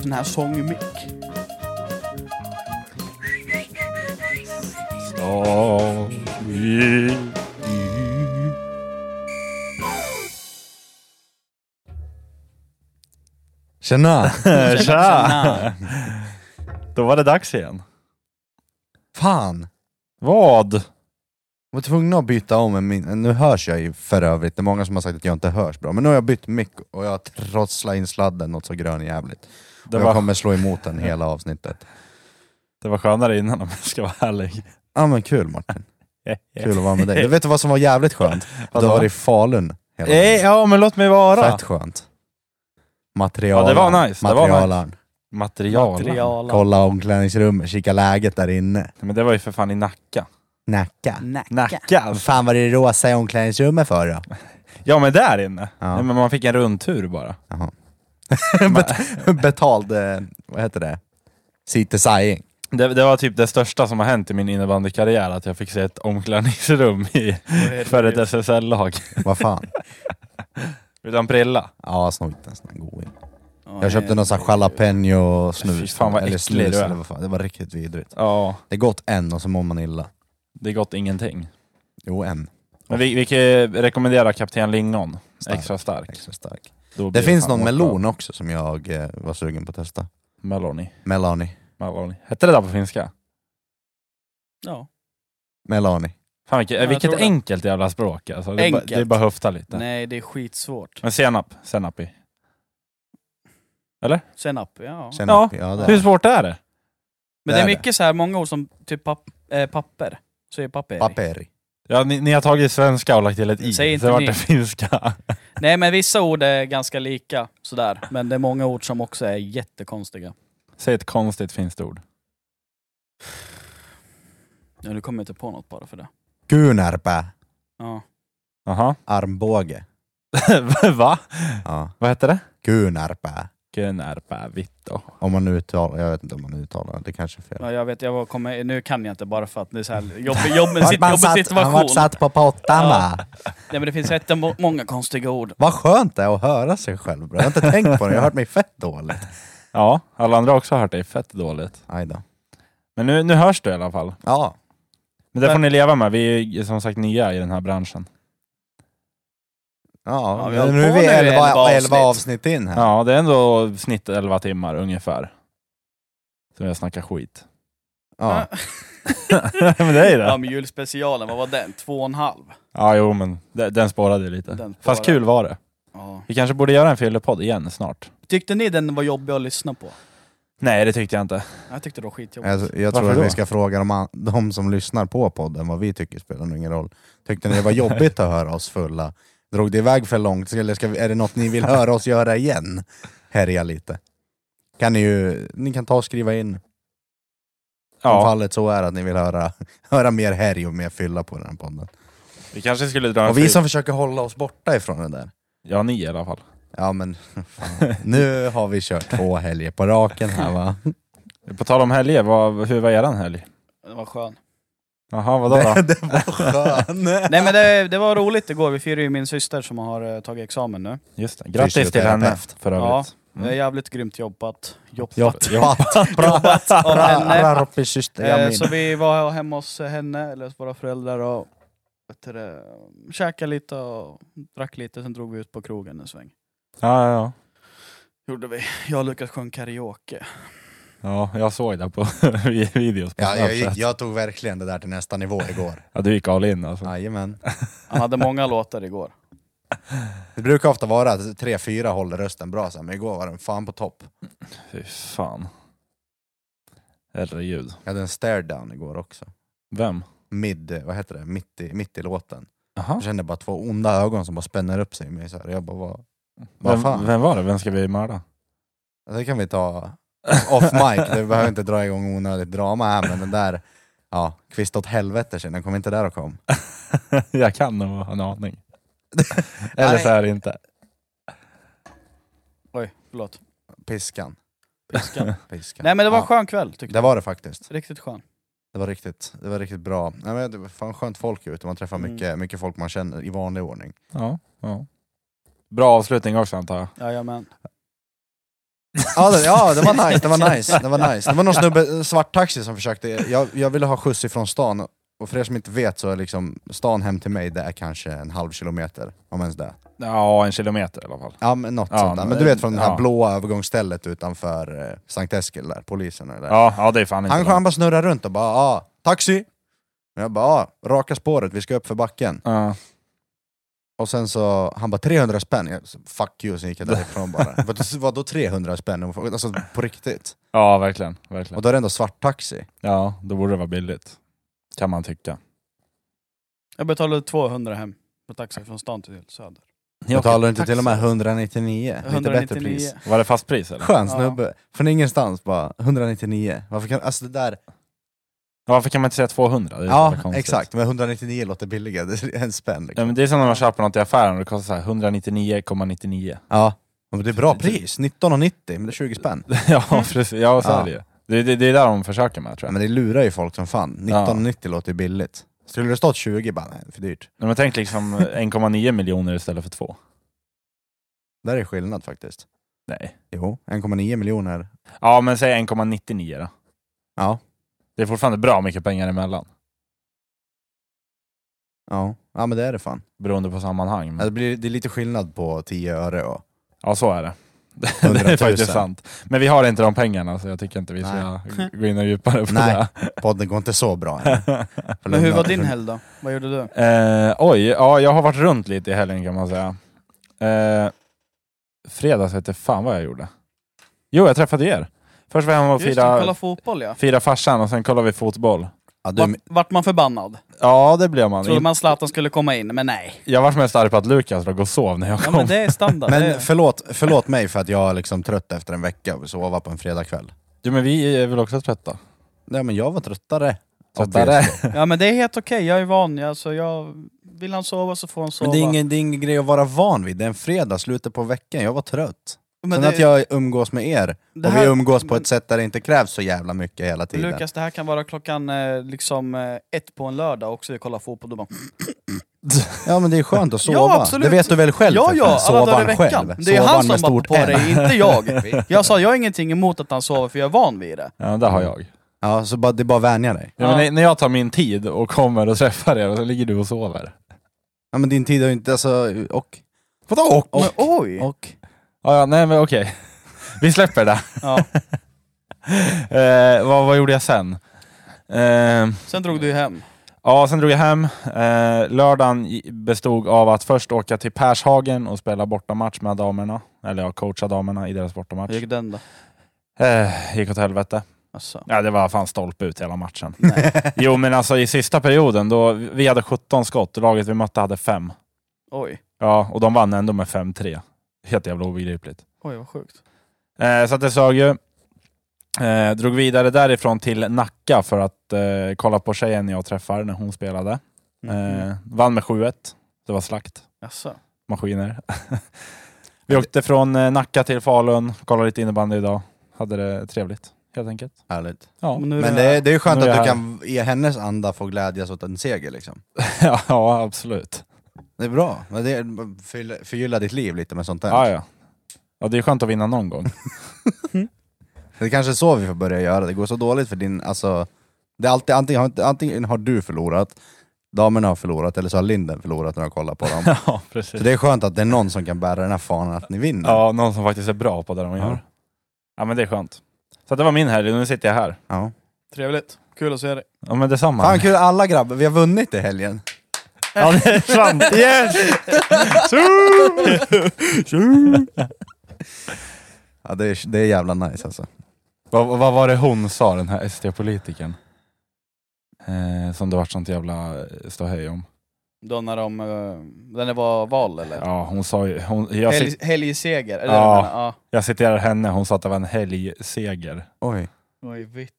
sån här sångmick. Tjena! Ah. Tja! Då var det dags igen. Fan! Vad? Jag var tvungen att byta om en min... Nu hörs jag ju för övrigt, det är många som har sagt att jag inte hörs bra. Men nu har jag bytt mick och jag har trotslat in sladden något så grönjävligt. Det jag var, kommer slå emot den hela avsnittet. det var skönare innan om jag ska vara ärlig. Ja men kul Martin, kul att vara med dig. Du vet du vad som var jävligt skönt? Att du Vadå? var i Falun hela Eh, Ja, men låt mig dagen. vara. Fett skönt. Materialen. Ja, det var nice, det var nice. Materialen. Material. Kolla omklädningsrummet, kika läget där inne. Men det var ju för fan i Nacka. Nacka. Nacka. Nacka? Vad fan var det rosa i omklädningsrummet för då? Ja, men där inne. Ja. Nej, men man fick en rundtur bara. Jaha. Bet- betald, eh, vad heter det? Citesying. Det, det var typ det största som har hänt i min innebandykarriär, att jag fick se ett omklädningsrum i, för ett SSL-lag. Vad fan? Utan prilla. Ja, snott en sån här god. Ja, Jag köpte någon sån här jalapeno snus. Fy fan, vad eller äcklig snus, du är. eller vad fan. Det var riktigt vidrigt. Ja, Det är gott en och så mår man illa. det är gott ingenting. Jo, en. Men vi, vi kan ju rekommendera Kapten Lingon. Stark. Extra stark. Extra stark. Då Det blir finns fan någon borta. melon också som jag eh, var sugen på att testa. Meloni. Melani. Meloni. Hette det där på finska? Ja. Melani. Fan vilket, jag vilket tror det. enkelt jävla språk alltså. Det är, bara, Enkelt. det är bara höfta lite. Nej, det är skitsvårt. Men senap, senap i. Senap, ja. Sen, Ja, ja, det Hur är. svårt är det? Men Det det är är det. mycket så här många ord som typ pap eh, papper. Så är papper. Paperi. Ja, ni, ni har tagit svenska och lagt till ett i, Säg inte så vart ni. det finska. Nej men vissa ord är ganska lika sådär. Men det är många ord som också är jättekonstiga. Säg ett konstigt finskt ord. Ja, nu kommer jag inte på något bara för det. Gunarpä. Ja. Jaha. Armbåge. Va? Ja. Vad hette det? Gunarpä. Gnärpävitto. Om man uttalar, jag vet inte om man uttalar, det kanske är fel. ja jag vet, jag var kommer, nu kan jag inte bara för att det är såhär jobbig, jobbig, Vart sit, man jobbig satt- Han situation. vart satt på pottan Ja. va? Nej men det finns jättemånga konstiga ord. Vad skönt det är att höra sig själv bra. Jag har inte tänkt på det, jag har hört mig fett dåligt. Ja, alla andra har också hört dig fett dåligt. Aj då. Men nu, nu hörs du i alla fall. Ja, Men det Men- får ni leva med. Vi är ju som sagt nya i den här branschen. ja. Ja, vi har nu är på vi nu 11, elva avsnitt. elva avsnitt in här. Ja, det är ändå snitt 11 timmar ungefär. Som jag snackar skit. Ja. men det är ju det. Ja men julspecialen, vad var den? Två och en halv? Ja, jo men de- den spårade ju lite. Den Fast spårade. kul var det. Ja. Vi kanske borde göra en fyllepodd igen snart. Tyckte ni den var jobbig att lyssna på? Nej, det tyckte jag inte. Jag tyckte det var skitjobbigt. Jag, jag Varför tror att då? vi ska fråga de, an- de som lyssnar på podden vad vi tycker spelar nog ingen roll. Tyckte ni det var jobbigt att höra oss fulla? Drog det iväg för långt? Eller ska vi, är det något ni vill höra oss göra igen? Härja lite. Kan ni, ju, ni kan ta och skriva in om Ja, fallet så är att ni vill höra, höra mer härj och mer fylla på den här podden. vi kanske skulle dra en Och vi fri- som försöker hålla oss borta ifrån det där. Ja, ni i alla fall. Ja men fan. nu har vi kört två helger på raken här va? På tal om helger, vad, hur var eran helg? Det var skön. Jaha, vadå då? Det, det var skön! Nej men det, det var roligt igår, vi firade ju min syster som har eh, tagit examen Mm. nu. Just det. Grattis till Fysioterapeut. henne för övrigt. Mm. Det är jävligt grymt jobbat. jobbat. Jag Jobbat av henne. Eh, så tappar vi var hemma hos henne, eller hos våra föräldrar och vet du det, käkade lite och drack lite, sen drog vi ut på krogen en sväng. Ja, ja, ja. Gjorde vi. Jag och Lukas sjöng karaoke. Ja, jag såg det på videos på Ja, jag, gick- Snapchat. jag tog verkligen det där till nästa nivå igår. Ja, du gick all in alltså. Jajamän. Han hade många låtar igår. Det brukar ofta vara att tre, fyra håller rösten bra, så här, men igår var den fan på topp. Fy fan. Herregud. Jag hade en stare down igår också. Vem? Mid, vad heter det? Mitt i, mitt i låten. Jaha. Jag kände bara två onda ögon som bara spänner upp sig i mig. Så här. Jag bara, vad, vad fan? Vem, vem var det? Vem ska vi mörda? Det kan vi ta off mic, vi behöver inte dra igång onödigt drama här men den där, ja, kvist åt helvete sen, den kom inte där och kom. jag kan nog ha en aning. Eller så är det inte. Oj, förlåt. Piskan. Piskan. Piskan. Nej men det var en ja, skön kväll tyckte Det var det faktiskt. jag. Riktigt skön. Det var riktigt, det var riktigt bra. Nej, men det var fan skönt folk ute, man träffar Mm. mycket, mycket folk man känner i vanlig ordning. Ja, ja. Bra avslutning också antar jag. Jajamän. Ja, det, ja, det var nice, det var nice, det var nice. Det var någon snubbe, eh, svart taxi som försökte, jag, jag ville ha skjuts ifrån stan, och för er som inte vet så är liksom stan hem till mig, det är kanske en halv kilometer, om ens det. Ja, en kilometer i alla fall. Ja men något Ja, sånt där. Men men- du vet från det här ja. blåa övergångsstället utanför eh, Sankt Eskil där, polisen är där. Ja, ja det är fan inte Han, långt. han bara snurrar runt och bara ah, taxi! Och jag bara ah, raka spåret, vi ska upp för backen. Ja. Och sen så, han bara 300 spänn, jag, så, fuck you, sen gick jag därifrån bara. Vad- Vadå 300 spänn? Alltså på riktigt. ja, verkligen. verkligen. Och då är det ändå svart taxi. Ja, då borde det vara billigt. Kan man tycka. Jag betalade 200 hem på taxi från stan till Söder. Betalar inte taxi. till och med 199? Lite bättre 199. pris. Var det fast pris eller? Skön Ja. snubbe. Från ingenstans bara, 199. Varför kan, alltså det där, Varför kan man inte säga 200? Det är så ja jävla konstigt. exakt, men 199 låter billigare, det är en spänn liksom. Ja, men det är som när man köper något i affären och det kostar så här 199,99. Ja, men det är bra pris. 19,90 men det är 20 spänn. ja, precis. Ja, så Ja. är det ju. Det, det, det är där de försöker med tror Ja, jag. men det lurar ju folk som fan. 19,90 låter ju billigt. Skulle det stått 20 bara, nej, för dyrt. Men tänk liksom 1,9 miljoner istället för 2. Där är skillnad faktiskt. Nej. Jo, 1,9 miljoner. Ja, men säg 1,99 då. Ja, Det är fortfarande bra mycket pengar emellan. ja. ja men det är det fan. Beroende på sammanhang. Ja, Det, Men, blir, det är lite skillnad på 10 öre och... ja, så är det. det 100 000. är faktiskt sant. Men vi har inte de pengarna så jag tycker inte vi ska gå in och djupare på Nej. det. Podden går inte så bra. än. Får Men hur lugna- var din helg då? Vad gjorde du? Eh, oj, ja, jag har varit runt lite i helgen kan man säga. Eh, fredags vete fan vad jag gjorde. Jo, jag träffade er. Först var jag hemma och Just det, kolla firade fotboll ja. fira farsan och sen kollade vi fotboll. Ja, du, Vart, vart man förbannad? Ja, det blev man. Trodde man Zlatan skulle komma in, men nej. Jag var mest arg på att Lukas drog och sov när jag Ja kom. men det är standard. det men är... förlåt, förlåt mig för att jag är liksom trött efter en vecka och sova på en fredagkväll. Jo, men vi är väl också trötta? Nej men jag var tröttare. Tröttare. Ja men det är helt okej, jag är van. Jag, alltså, jag... Vill han sova så får han sova. Men det är, ingen, det är ingen grej att vara van vid. Det är en fredag, slutet på veckan. Jag var trött. Men Sen det- att jag umgås med er, det och här- vi umgås på men- ett sätt där det inte krävs så jävla mycket hela tiden. Lukas, det här kan vara klockan eh, liksom eh, ett på en lördag också, vi kollar fotboll. Då bara, Ja men det är skönt att sova. Ja, absolut. Det vet du väl själv? ja, för ja, fan. alla dagar i Sovan veckan. själv. Det är han Sovan som med bara stort på det, N. inte jag. Jag sa, jag har ingenting emot att han sover för jag är van vid det. Ja, det har jag. Ja, så bara, det är bara att vänja dig. Ja, men när- när jag tar min tid och kommer och träffar er och så ligger du och sover. Ja men din tid har ju inte, alltså, och? Vadå och? Men, oj! och. Ja, ja, nej men okej. Vi släpper det. Ja. Eh, vad, vad gjorde jag sen? Eh, Sen drog du ju hem. ja, sen drog jag hem. Eh, lördagen i- bestod av att först åka till Pershagen och spela bortamatch med damerna. Eller ja, coacha damerna i deras bortamatch. Hur gick den då? Eh, gick åt helvete. Alltså. Ja, det var fan stolpe ut hela matchen. jo, men alltså i sista perioden, då, vi hade 17 skott och laget vi mötte hade 5. Oj. Ja, och de vann ändå med 5-3. Helt jävla obegripligt. Oj vad sjukt. Eh, så att det sög ju. Eh, drog vidare därifrån till Nacka för att eh, kolla på tjejen jag träffar när hon spelade. Mm. Eh, vann med 7-1. Det var slakt. Alltså. Maskiner. Vi åkte från eh, Nacka till Falun, kollade lite innebandy idag. Hade det trevligt, helt enkelt. Härligt. Ja, nu Men det är, det är skönt Nu är att du jag kan i hennes anda få glädjas åt en seger liksom. ja absolut. Det är bra. Men Det är, förgylla, förgylla ditt liv lite med sånt där. Ja, ja. ja, det är skönt att vinna någon gång. Det är kanske är så vi får börja göra, det går så dåligt för din, alltså, det är alltid, antingen, har, antingen har du förlorat, damerna har förlorat, eller så har Linden förlorat när jag kollar på dem. ja, Så precis. det är skönt att det är någon som kan bära den här fanan att ni vinner. Ja, någon som faktiskt är bra på det de Ja. gör. Ja, men det är skönt. Så att det var min helg, nu sitter jag här. Ja. Trevligt. Kul att se dig. Ja, men detsamma. Fan kul, alla grabbar, vi har vunnit i helgen. Ja, det är sant. Yes! Ja, det, är, det är jävla nice alltså. Vad, vad var det hon sa, den här SD-politikern? Eh, som det vart sånt jävla eh, ståhej om. Då när de, eh, när det var val eller? Ja, hon sa ju... Hon, jag, Helg, cit, helgseger? Eller Ja. ja. jag citerar henne, hon sa att det var en helgseger. Oj. Oj, vitt.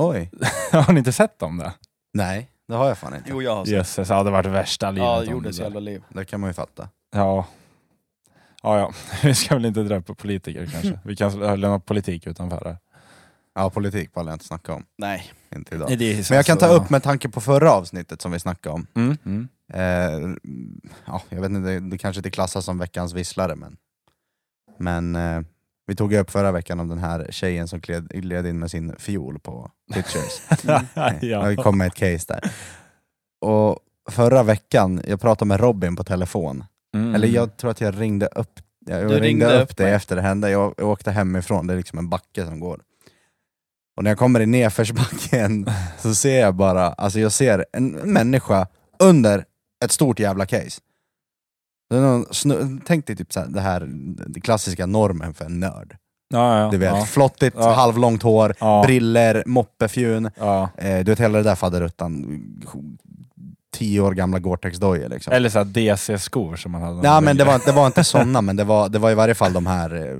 Oj. har ni inte sett om det? Nej, det har jag fan inte. Jo, jag har sett. Jösses, Alltså. ja det vart värsta livet Ja, om gjorde det så där. jävla liv. Det kan man ju fatta. Ja. Ja, ja. Vi ska väl inte dra på politiker kanske. Vi kan sl- lämna politik utanför här. Ja, politik pallar jag inte snacka om. Nej. Inte idag. Men jag kan ta upp med tanke på förra avsnittet som vi snackade om. Mm. Mm. Eh, ja, jag vet inte, det, det kanske inte klassas som veckans visslare men... Men eh, Vi tog ju upp förra veckan om den här tjejen som gled, gled in med sin fiol på pictures. Mm. ja. Vi kom med ett case där. Och förra veckan, jag pratade med Robin på telefon. Mm. Eller jag tror att jag ringde upp, jag ringde, ringde upp upp det mig. efter det hände. Jag, jag åkte hemifrån, det är liksom en backe som går. Och när jag kommer i nedförsbacken så ser jag bara, alltså jag ser en människa under ett stort jävla case. Det är någon snu- Tänk dig typ så här, det här det klassiska normen för en nörd. ja, ja, Du vet, ja. flottigt, Ja. halvlångt hår, Ja. briller, moppefjun. Ja. Eh, du vet hela det där faderuttan, tio år gamla Gore-Tex-dojor liksom. Eller såhär DC-skor som man hade. när Nej man men det yngre. var, det var inte sådana, men det var, det var i varje fall de här eh,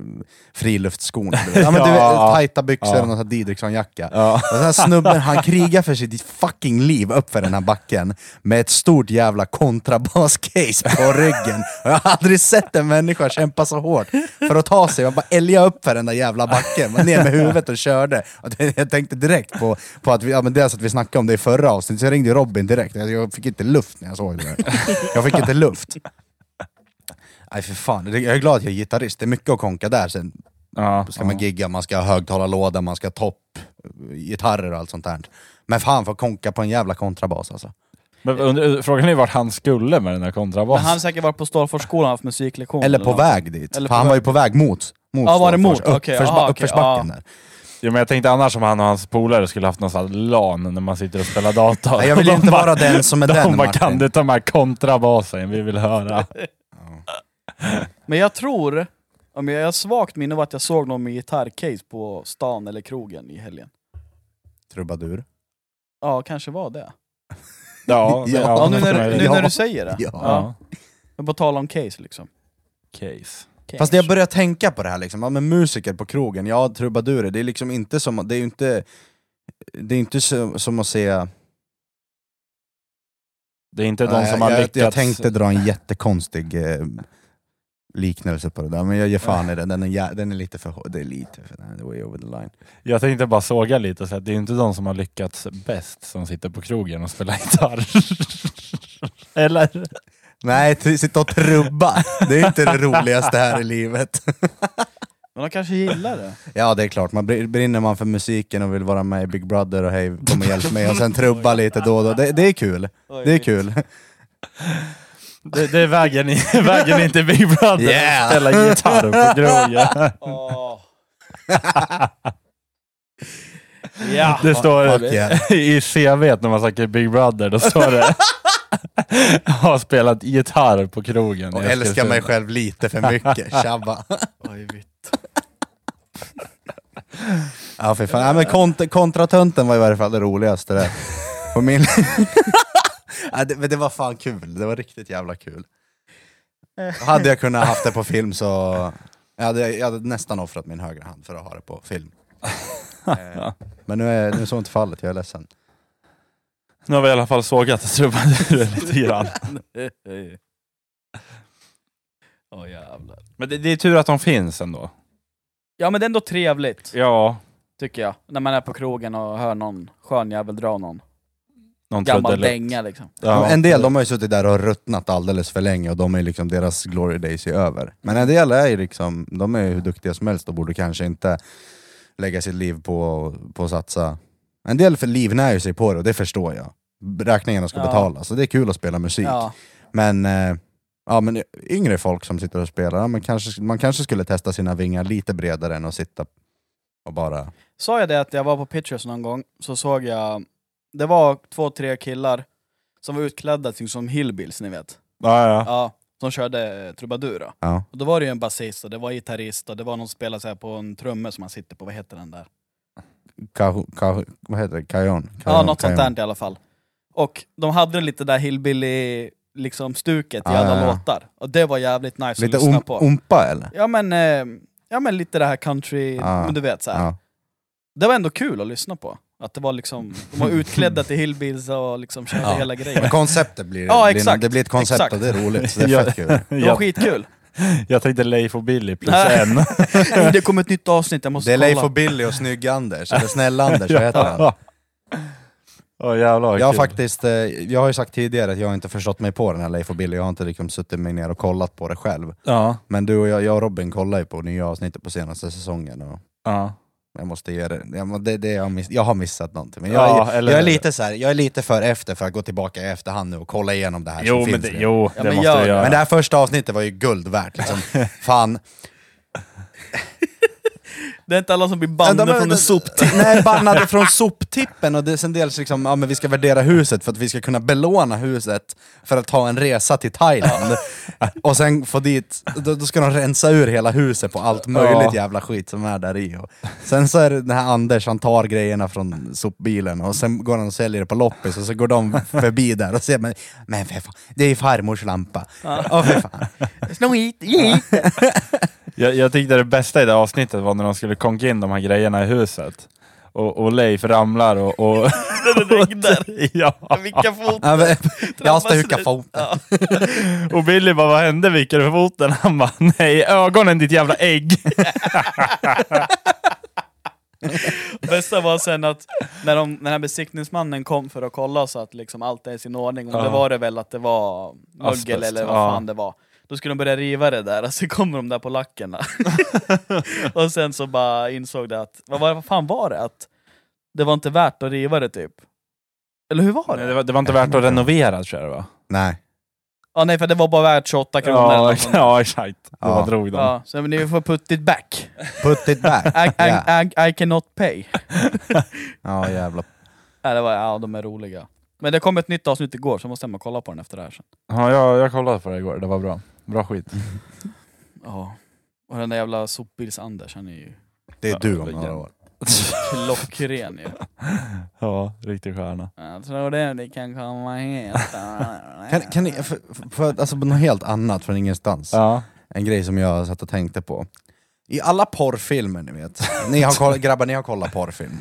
friluftsskorna. du vet. Ja, men du Ja. vet, tajta byxor Ja. och någon sån här Didriksson-jacka. Ja. Och den här snubben, han krigar för sitt fucking liv upp för den här backen med ett stort jävla kontrabascase på ryggen. Och jag har aldrig sett en människa kämpa så hårt för att ta sig. Man bara älgade upp för den där jävla backen, man ner med huvudet och körde. Och det, jag tänkte direkt på, på att, vi, ja, men dels att vi snackade om det i förra avsnittet, så jag ringde ju Robin direkt. Jag, jag fick inte luft när jag såg det där. Jag fick inte luft. Nej för fan, jag är glad att jag är gitarrist. Det är mycket att konka där sen. Ja. Ska man gigga, man ska ha högtalarlåda, man ska ha topp, eh, gitarrer och allt sånt där. Men fan för konka på en jävla kontrabas alltså. Men undrar- frågan är ju vart han skulle med den där Men kontrabasen. han har säkert varit på Stålforsskolan och haft musiklektion. Eller på något. väg dit. Eller För på han väg- var ju på väg mot. mot Ja, var det Storfors. mot? Okej, Uppförs- aha, okej, uppförsbacken där. Ja, men jag tänkte annars om han och hans polare skulle haft någon sån här LAN när man sitter och spelar dator. Nej, jag vill De inte bara- vara den som är De den bara, kan Martin. du ta med kontrabasen? Vi vill höra. Men jag tror, om jag jag har svagt minne av att jag såg någon med gitarrcase på stan eller krogen i helgen. Trubadur. Ja, kanske var det. Ja, Ja, Ja, nu men- när, du- nu Ja. när du säger det. Ja. Ja. Men på tal om case liksom. Case. Fast jag börjar tänka på det här liksom, ja, men musiker på krogen, ja trubadurer, det är liksom inte som, det är ju inte, det är inte så, som att se... Det är inte de Nej, som jag, har jag, lyckats... jag tänkte dra en jättekonstig eh, liknelse på det där, men jag ger fan i den, den är, jä- den är lite för hår- det är lite för, nej, way over the line. Jag tänkte bara såga lite, så att det är inte de som har lyckats bäst som sitter på krogen och spelar gitarr. Eller? Nej, t- sitta och trubba, det är inte det roligaste här i livet. Men de kanske gillar det. Ja det är klart, man br- brinner man för musiken och vill vara med i Big Brother och hej kom och hjälp mig och sen trubba lite då och då, det, det är kul. Det är kul. Det, det är vägen, i, vägen in till Big Brother, Yeah. att spela gitarr på krogen. Åh. ja. Det står Fuck yeah. i CVt när man söker Big Brother, då står det har spelat gitarr på krogen. Jag Och ska älskar se- mig själv lite för mycket, tjabba. Oj, vitt. Ja för fan, ja, men kont- kontratönten var i varje fall det roligaste där. På min... ja, det, men det var fan kul, det var riktigt jävla kul. Hade jag kunnat haft det på film så... Jag hade, jag hade nästan offrat min högra hand för att ha det på film. Eh, men nu är, nu är så inte fallet, jag är ledsen. Nu har vi i alla fall sågat trubaduren lite grann. Åh jävlar. Men det, det är tur att de finns ändå. Ja men det är ändå trevligt, Ja, tycker jag. När man är på krogen och hör någon skön jävel dra någon någon gammal trudelutt. dänga liksom. Ja. en del de har ju suttit där och ruttnat alldeles för länge och de är liksom, deras glory days är över. Men en del är ju liksom, de är ju hur duktiga som helst och borde kanske inte lägga sitt liv på, på att satsa. En del för livnär ju sig på det och det förstår jag. Räkningarna ska Ja. betalas och det är kul att spela Typ. musik. Ja. Men, eh, ja, men yngre folk som sitter och spelar, ja, men kanske, man kanske skulle testa sina vingar lite bredare än att sitta och bara... Sa jag det att jag var på Pictures någon gång, så såg jag, det var två, tre killar som var utklädda till som hillbills, ni vet. Ja, ja. Ja, som körde eh, trubadur då. Ja. Och då var det ju en basist och det var gitarrist och det var någon som spelade så här på en trumme som han sitter på, vad heter den där? Kahu, kahu, vad heter det? Kajon? Ja, något sånt där i alla fall. Och de hade lite där hillbilly liksom stuket i Ja, alla ja, ja. låtar. Och det var jävligt nice Lite att lyssna um, på. umpa eller? Ja men, eh, ja men lite det här country, Ja, men du vet så här. Ja. Det var ändå kul att lyssna på. Att det var liksom, de var utklädda till hillbills och liksom körde Ja. hela grejen. Men konceptet blir Ja, blir- exakt. det blir ett koncept Exakt. och det är roligt. Så det är fett kul. Det var jag, skitkul. jag tänkte Leif och Billy plus Nej. en. Nej, Det kommer ett nytt avsnitt, jag måste Det är Leif kolla. och Billy och Snygg-Anders, eller Snäll-Anders, vad heter han? Ja. Åh jävlar Jag har faktiskt, eh, jag har ju sagt tidigare att jag har inte förstått mig på den här Leif och Billy, jag har inte liksom suttit mig ner och kollat på det själv. Ja, Men du och jag, jag och Robin kollar ju på nya avsnittet på senaste säsongen och ja. jag måste ge det, jag, må- det, det jag, har miss, jag har missat någonting. Men jag, Ja, är- eller- jag, är lite så här, jag är lite för efter för att gå tillbaka i efterhand nu och kolla igenom det här Jo, som men finns det, nu. jo, Ja, det men måste gör jag det. göra. Men det här första avsnittet var ju guld värt liksom. Fan. Det är inte alla som blir Ja, de bannade är- från en soptipp. Nej, bannade från soptippen och det, sen dels liksom, ja men vi ska värdera huset för att vi ska kunna belåna huset för att ha en resa till Thailand. och sen få dit, då, då ska de rensa ur hela huset på allt möjligt Ja. jävla skit som är där i. Och sen så är det den här Anders, han tar grejerna från sopbilen och sen går han och säljer det på loppis och så går de förbi där och ser men, men för fan, det är ju farmors lampa. Ja. för fan. Sno hit, ge hit! Jag, jag tyckte det bästa i det avsnittet var när de skulle konka in de här grejerna i huset. Och, och Leif ramlar och... och Den regnar. ja. Vilka fot! Ja, men- Jag Drabbas stukar det? foten. Ja. Och Billy bara, vad hände Vicker för foten? Han bara, nej ögonen ditt jävla ägg. Bästa var sen att när de, när den här besiktningsmannen kom för att kolla så att liksom allt är i sin ordning, och Ja. det var det väl att det var mögel Asbest, eller vad ja. fan det var. Då skulle de börja riva det där, och så kommer de där polackerna. och sen så bara insåg det att, vad, var- vad fan var det? Att det var inte värt att riva det typ. Eller hur var det? Nej, det, var, det var inte värt att renovera tror jag det var. Nej. Ja nej för det var bara värt 28 kronor. eller Ja, något ex- sånt. ja exakt. Det Ja. var drog dem. ja. Så men ni får put it back. Put it back. I, I, Ja. I, I cannot pay. Ja jävla Nej, det var, ja, de är roliga. Men det kom ett nytt avsnitt igår, så måste jag kolla på den efter det här sen. Ja, jag, jag kollade på det igår, det var bra. Bra skit. Ja. Och den där jävla sopbils-Anders, han är ju Det är Ja, du om vilken- några år. klockren ju. ja, riktig stjärna. Jag tror det ni kan komma hit. Kan, kan ni, för, för, alltså på något helt annat från ingenstans, Ja. en grej som jag satt och tänkte på. I alla porrfilmer ni vet, ni har koll, grabbar ni har kollat porrfilm.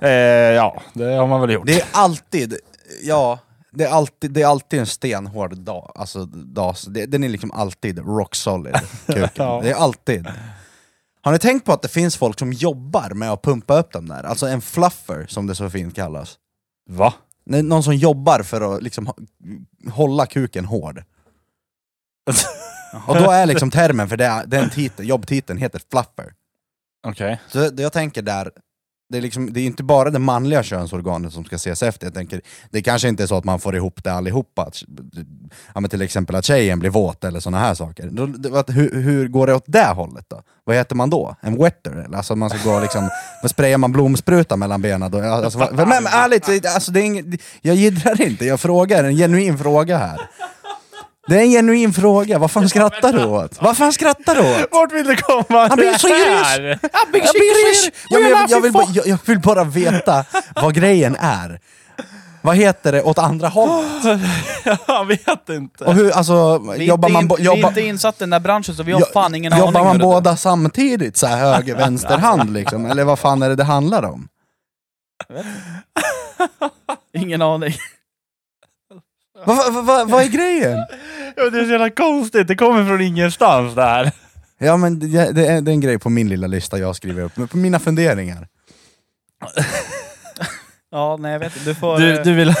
Eh, ja, det har man väl gjort. Det är alltid, ja, det är alltid, det är alltid en stenhård dag, alltså dag, det, den är liksom alltid rock solid, kuken. Ja. Det är alltid. Har ni tänkt på att det finns folk som jobbar med att pumpa upp dem där? Alltså en fluffer som det så fint kallas. Va? Nej, Någon som jobbar för att liksom hå- hålla kuken hård. Och då är liksom termen för det, den titeln, jobbtiteln heter fluffer. Okej. Så det jag tänker där, det är, liksom, det är inte bara det manliga könsorganet som ska ses efter. Jag tänker, det kanske inte är så att man får ihop det allihopa. Att, ja, men till exempel att tjejen blir våt eller sådana här saker. Då, det, vad- hur, hur går det åt det hållet då? Vad heter man då? En wetter? Eller? Alltså man ska gå liksom, vad sprayar man blomspruta mellan benen då? Alltså, vad, men, men ärligt, det- alltså, det är ing, jag gidrar inte. Jag frågar, en genuin fråga här. Det är en genuin fråga, vad fan skrattar du åt? Vad fan skrattar du åt? Vart vill du komma? Han blir så irriterad. Jag blir så irriterad. Ja, men jag, jag, vill bara, jag, jag vill bara veta vad grejen är. Vad heter det åt andra hållet? Jag vet inte. Och hur, alltså, Vi är jobbar inte man, in- bo- vi är jobbar, inte insatt i den där branschen så vi har jo- fan ingen aning. jobbar man hur det- båda samtidigt, så här höger, vänster hand liksom? Eller vad fan är det det handlar om? Ingen aning. Vad va, va, va, vad är grejen? Ja, Det är så jävla konstigt, det kommer från ingenstans det här. Ja men det, det, är, det är en grej på min lilla lista jag skriver upp, men på mina funderingar. Ja, nej jag vet inte. Du får... Du, du vill...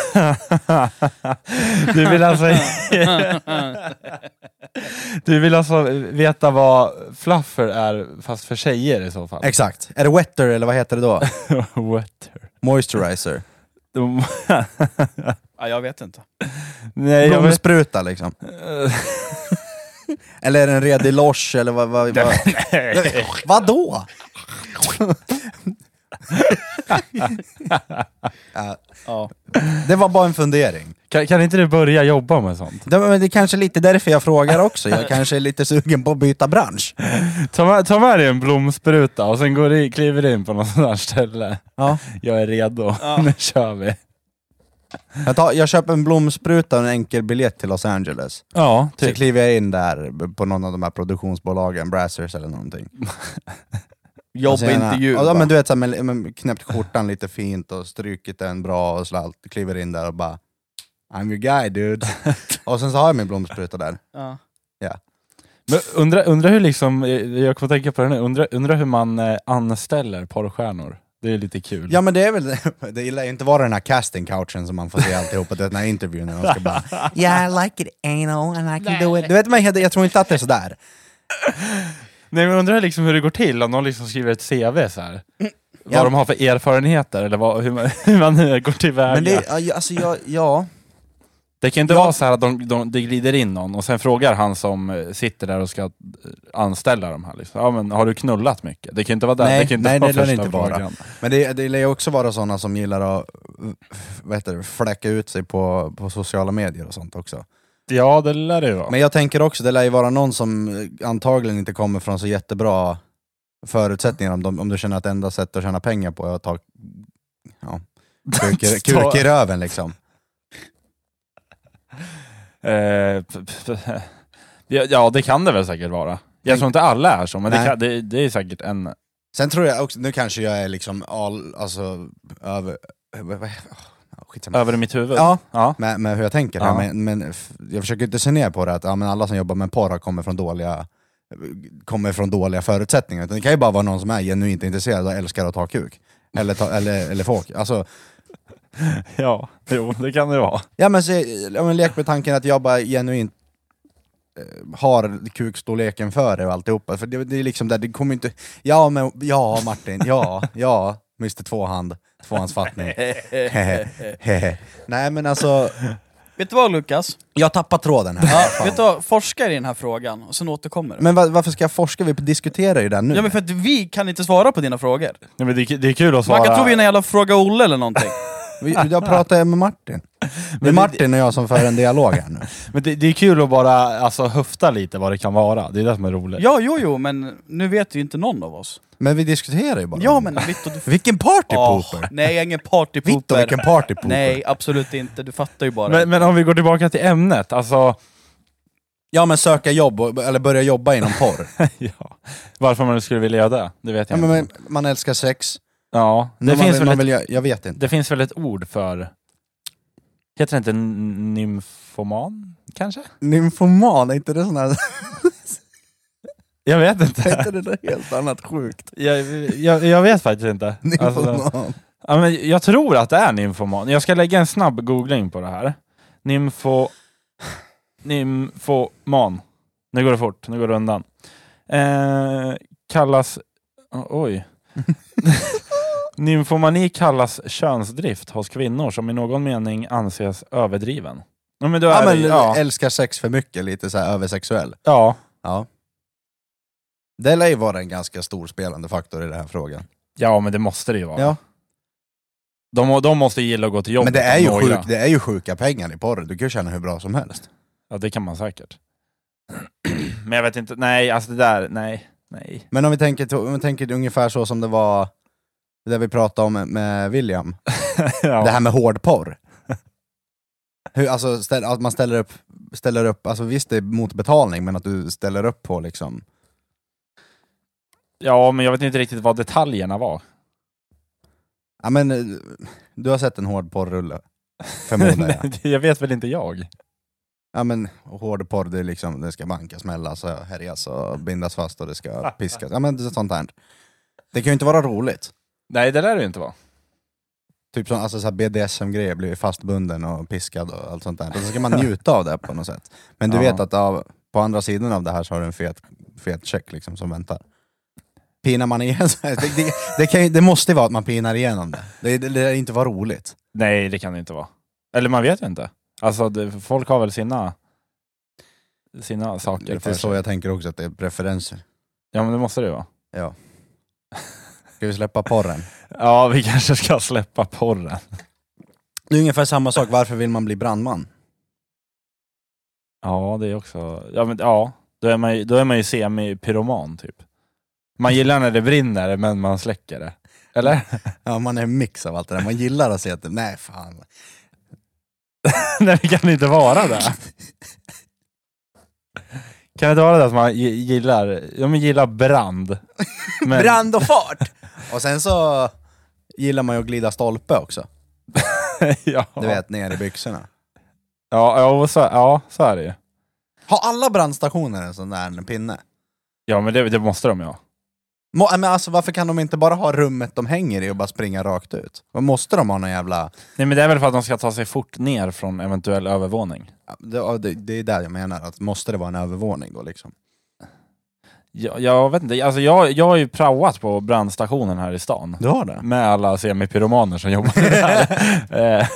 du vill alltså... du vill alltså veta vad fluffer är, fast för tjejer i så fall? Exakt. Är det wetter eller vad heter det då? Wetter. Moisturizer. De- Ja, jag vet inte. Nej, jag vet... Blomspruta liksom. Eller är det en redig loge eller vad? vad, vad? Vadå? Ja, Ja. det var bara en fundering. kan, kan inte du börja jobba med sånt? Det, men det är kanske lite därför jag frågar också. Jag kanske är lite sugen på att byta bransch. Ta med, ta med dig en blomspruta och sen går du, kliver du in på något sånt här ställe. Ja. Jag är redo, Ja. nu kör vi. Jag, tar, jag köper en blomspruta och en enkel biljett till Los Angeles. Ja, typ. Så kliver jag in där på någon av de här produktionsbolagen, Brassers eller någonting. Jobbintervju. Och, ja, va? men du vet, så här, med, med knäppt skjortan lite fint och strukit den bra och så allt. Kliver in där och bara I'm your guy dude. och sen så har jag min blomspruta där. Ja. Men undra, undra hur liksom, eh, jag kommer tänka på det nu, undra, undra hur man eh, anställer porrstjärnor. Det är lite kul. Ja men det är väl, det gillar ju inte vara den här casting couchen som man får se alltihopa, den här intervjun när de ska bara Yeah I like it anal and I can do it. Du vet, men jag, jag tror inte att det är sådär. Nej, men jag undrar liksom hur det går till om någon liksom skriver ett CV så här. Vad Mm. Ja. de har för erfarenheter eller vad, hur, man, hur man nu går tillväga. Men det, det, ja, alltså jag, ja. kan inte Ja. vara så här att de, de, det glider in någon och sen frågar han som eh, sitter där och ska eh, anställa de här liksom. Ja men har du knullat mycket? Det kan inte vara där. Nej, det kan inte nej, vara det lär det första inte vara. frågan. Men det, det lär ju också vara sådana som gillar att vad heter det, fläcka ut sig på, på sociala medier och sånt också. Ja det lär det ju vara. Men jag tänker också, det lär ju vara någon som eh, antagligen inte kommer från så jättebra förutsättningar om, de, om du känner att enda sättet att tjäna pengar på är att ta ja, kuk, i- kuk i röven liksom. Eh, p- p- p- ja, ja det kan det väl säkert vara. Jag tror inte alla är så men det, Nej. Mm. kan, det, det är säkert en... Sen tror jag också, nu kanske jag är liksom all, alltså över... vad- vad- åh, Skitsamma. Över mitt huvud. Ja, Ja. med, med hur jag tänker här, Ja. men, men f- jag försöker inte se ner på det att ja, men alla som jobbar med porr har- kommer från dåliga kommer från dåliga förutsättningar. Utan det kan ju bara vara någon som är genuint intresserad och älskar att ta kuk. Eller, ta, eller, eller folk. Alltså, ja, jo det kan det vara. ja, men, se, ja, men lek med tanken att jag bara genuint eh, har kukstorleken för det och alltihopa. För det, det är liksom där, det kommer inte... Ja, men, ja Martin, ja, ja, Mr Tvåhand, tvåhandsfattning. Nej men alltså, Vet du vad Lukas? jag tappar tråden här. Ja, vet du vad? Forska i den här frågan, och sen återkommer du. Men va- varför ska jag forska? Vi diskuterar ju det här nu. Ja men för att vi kan inte svara på dina frågor. Nej, men det, är- det är kul att svara. Man kan tro vi är en jävla Fråga Olle eller någonting. Vi, jag pratar ju med Martin. Det är Men- Martin och jag som för en dialog här nu. Men det, det är kul att bara alltså, höfta lite vad det kan vara. Det är det som är roligt. Ja, jo, jo, men nu vet ju inte någon av oss. Men vi diskuterar ju bara. Ja men Vitto, du... Vilken partypooper! Åh, nej, jag är ingen Vitto, vilken partypooper. partypooper! Nej, absolut inte. Du fattar ju bara. men, men om vi går tillbaka till ämnet, alltså... Ja men söka jobb, och, eller börja jobba inom porr. ja. Varför man skulle vilja göra det, det vet ja, jag men, inte. men, man älskar sex. ja, det, Men man finns vill, väl man ett, vill, jag, jag vet inte. det finns väl ett ord för... Heter det inte n- nymfoman, kanske? Nymfoman, är inte det sån här... Jag vet är inte. inte det där helt annat sjukt? jag, jag, jag vet faktiskt inte. Alltså, Nymfoman. ja, men jag tror att det är nymfoman. Jag ska lägga en snabb googling på det här. Nymfo... Nymfoman. Nu går det fort, nu går det undan. Eh, kallas... o- Oj. Nymfomani kallas könsdrift hos kvinnor som i någon mening anses överdriven. Ja, men då ja är men det, ja, älskar sex för mycket, lite så här översexuell. ja, Ja. Det lär ju vara en ganska stor spelande faktor i den här frågan. ja, men det måste det ju vara. Ja. De, må- de måste ju gilla att gå till jobbet. Men det är, ju några. sjuk, det är ju sjuka pengar i porr, du kan ju tjäna hur bra som helst. Ja, det kan man säkert. Men jag vet inte, nej, alltså det där, nej, nej. Men om vi tänker, till- om vi tänker ungefär så som det var det vi pratade om med William, ja. det här med hård porr. Hur, alltså, ställ, att man ställer upp, ställer upp, alltså visst det är mot betalning, men att du ställer upp på liksom... ja, men jag vet inte riktigt vad detaljerna var. Ja men, eh, du har sett en hård porrrulle, förmodar jag. jag vet väl inte jag. Ja men hård porr, det är liksom, det ska bankas, smällas, och härjas och bindas fast och det ska piskas. Ja men det är sånt här. Det kan ju inte vara roligt. Nej, det lär det ju inte vara. Typ som alltså, så här BDSM-grejer, blir fastbunden och piskad och allt sånt där. Och så ska man njuta av det på något sätt. Men du Ja. vet att av, på andra sidan av det här så har du en fet, fet check liksom, som väntar. Pinar man igen så här, det, det, det, kan, ju- det måste ju vara att man pinar igenom det. Det, det, det lär inte vara roligt. Nej, det kan det inte vara. Eller man vet ju inte. Alltså, det, folk har väl sina, sina saker för Lite sig. så jag tänker också, att det är preferenser. Ja, men det måste det ju vara. Ja. Ska vi släppa porren? Ja, vi kanske ska släppa porren. Det är ungefär samma sak, varför vill man bli brandman? Ja, det är också... Ja, men, ja. Då, är man ju, då är man ju semi-pyroman, typ. Man gillar när det brinner, men man släcker det. Eller? Ja, man är en mix av allt det där, man gillar att se att, nej fan. Nej, det kan inte vara det. Kan det inte vara det att man gi- gillar, ja, men gillar brand? Men- Brand och fart! och sen så gillar man ju att glida stolpe också. ja. Du vet, ner i byxorna. Ja, ja, och så, ja, så är det ju. Har alla brandstationer en sån där pinne? Ja, men det, det måste de ju ha. Må, men alltså, varför kan de inte bara ha rummet de hänger i och bara springa rakt ut? Vad Måste de ha någon jävla... Nej men det är väl för att de ska ta sig fort ner från eventuell övervåning. Ja, Det, ja, det, det är där jag menar, att måste det vara en övervåning då liksom? Jag, jag vet inte, alltså jag, jag har ju praoat på brandstationen här i stan. Du har det? Med alla semipyromaner som jobbar där. Eh,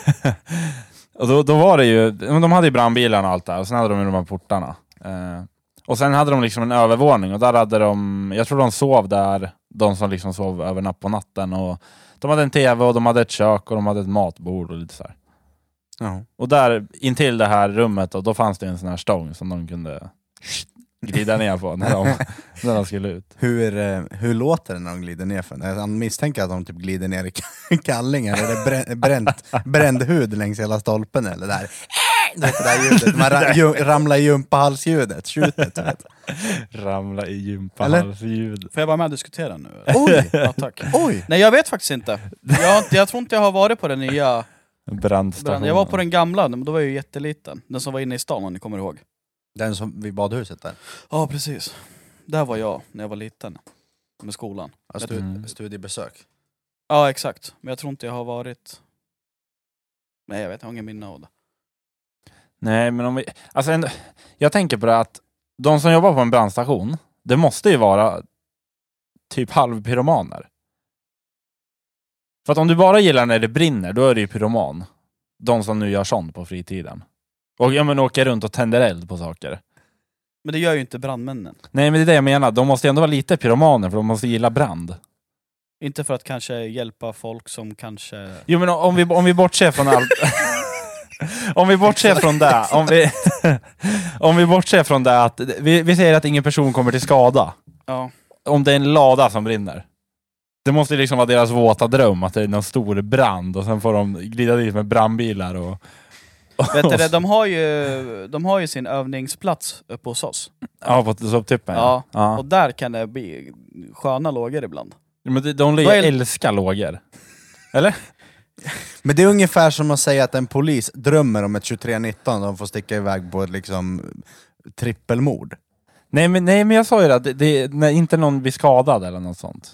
och då, då var det ju, de hade ju brandbilarna och allt där, och sen hade de ju de här portarna. Eh, och sen hade de liksom en övervåning, och där hade de, jag tror de sov där, de som liksom sov över natt på natten. Och de hade en TV, och de hade ett kök, och de hade ett matbord och lite så här. Ja. Och där intill det här rummet, då, då fanns det en sån här stång som de kunde glida ner på när de, när de skulle ut. Hur, eh, hur låter det när de glider ner för den? Jag misstänker att de typ glider ner i kallingen, eller brä- bränt, bränd hud längs hela stolpen eller där. Du vet det där ljudet, man ra- ju, ramlar i gympahalsljudet, tjutet. Vet. du. Ramla i Eller? gympahalsljud. Får jag vara med och diskutera nu? Oj! Ja, tack. Oj! Nej jag vet faktiskt inte. Jag, har inte- jag tror inte jag har varit på den nya Brandstationen. branden. Jag var på den gamla, men då var jag ju jätteliten. Den som var inne i stan om ni kommer ihåg. Den som vid badhuset där. Ja precis. Där var jag när jag var liten. Med skolan. Ja, stu- Mm. Studiebesök. Ja exakt, men jag tror inte jag har varit... Nej jag vet, jag har ingen minne av det. Nej, men om vi... Alltså en, jag tänker på det att de som jobbar på en brandstation, det måste ju vara typ halvpyromaner. För att om du bara gillar när det brinner, då är du ju pyroman. De som nu gör sånt på fritiden. Och ja, men åker runt och tänder eld på saker. Men det gör ju inte brandmännen. Nej men det är det jag menar, de måste ju ändå vara lite pyromaner för de måste gilla brand. Inte för att kanske hjälpa folk som kanske... Jo men om vi, om vi bortser från allt... om vi bortser från det, om vi, om vi bortser från det att, vi, vi säger att ingen person kommer till skada. Ja. Om det är en lada som brinner. Det måste ju liksom vara deras våta dröm att det är någon stor brand och sen får de glida dit med brandbilar och... Vet du det, de har ju, de har ju sin övningsplats uppe hos oss. Ja, på soptippen Ja. ja. Och där kan det bli sköna lågor ibland. Men de, de Då är- älskar lågor. Men det är ungefär som att säga att en polis drömmer om ett 2319 och de får sticka iväg på ett liksom trippelmord. Nej men, nej men jag sa ju det, att det, det, när inte någon blir skadad eller något sånt.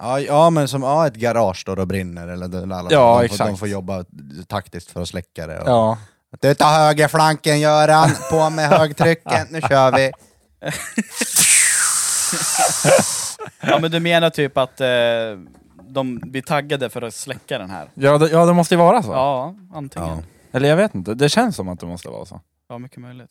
Ja, ja men som ja, ett garage då, då brinner eller det- alla, Ja, de, Får, exakt. de får jobba taktiskt för att släcka det. Och, Ja. Du tar högerflanken Göran, på med högtrycken, nu kör vi! Ja men du menar typ att eh, de blir taggade för att släcka den här? Ja det, ja, det måste ju vara så. Ja, antingen. Ja. Ja, Eller jag vet inte, det känns som att det måste vara så. mycket möjligt.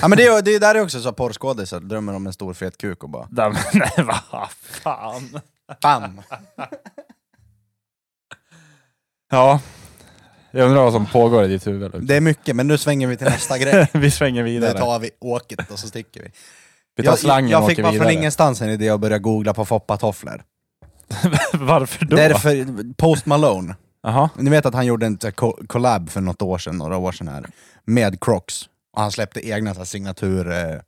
Ja men det är, det är där det också så porrskådisar drömmer om en stor fet kuk och bara Nej, men, nej vad fan. BAM! Ja. Jag undrar vad som pågår i ditt huvud. Luke. Det är mycket, men nu svänger vi till nästa grej. vi svänger Nu vidare. tar vi åket och så sticker vi. vi tar jag, slangen jag och fick åker bara vidare. från ingenstans en idé att börja googla på foppatofflor. Varför då? Därför, Post Malone. Jaha. Ni vet att han gjorde en så här co- collab för något år sedan, några år sedan här, med Crocs. Och han släppte egna så här, signatur eh,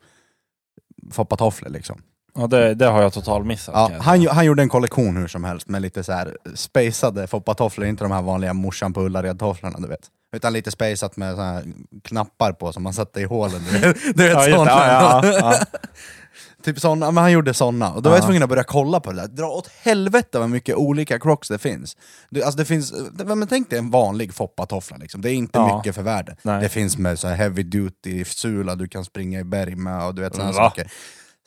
foppatofflor liksom. Ja, det, det har jag totalt missat. Ja, kan jag han, gjo- han gjorde en kollektion hur som helst med lite så här spacade foppatofflor, inte de här vanliga morsan på Ullared-tofflorna du vet. Utan lite spacat med så här knappar på som man satte i hålen. Du vet, du vet säga. ja, just, sådana. det. ja, ja, ja. Typ såna, men han gjorde såna. Och då var jag Ja. tvungen att börja kolla på det där. Dra åt helvete vad mycket olika crocs det finns. Du, alltså det finns det, men tänk dig en vanlig foppatoffla liksom. Det är inte Ja. mycket för världen. Nej. Det finns med så här heavy duty sula du kan springa i berg med och du vet såna Va? saker.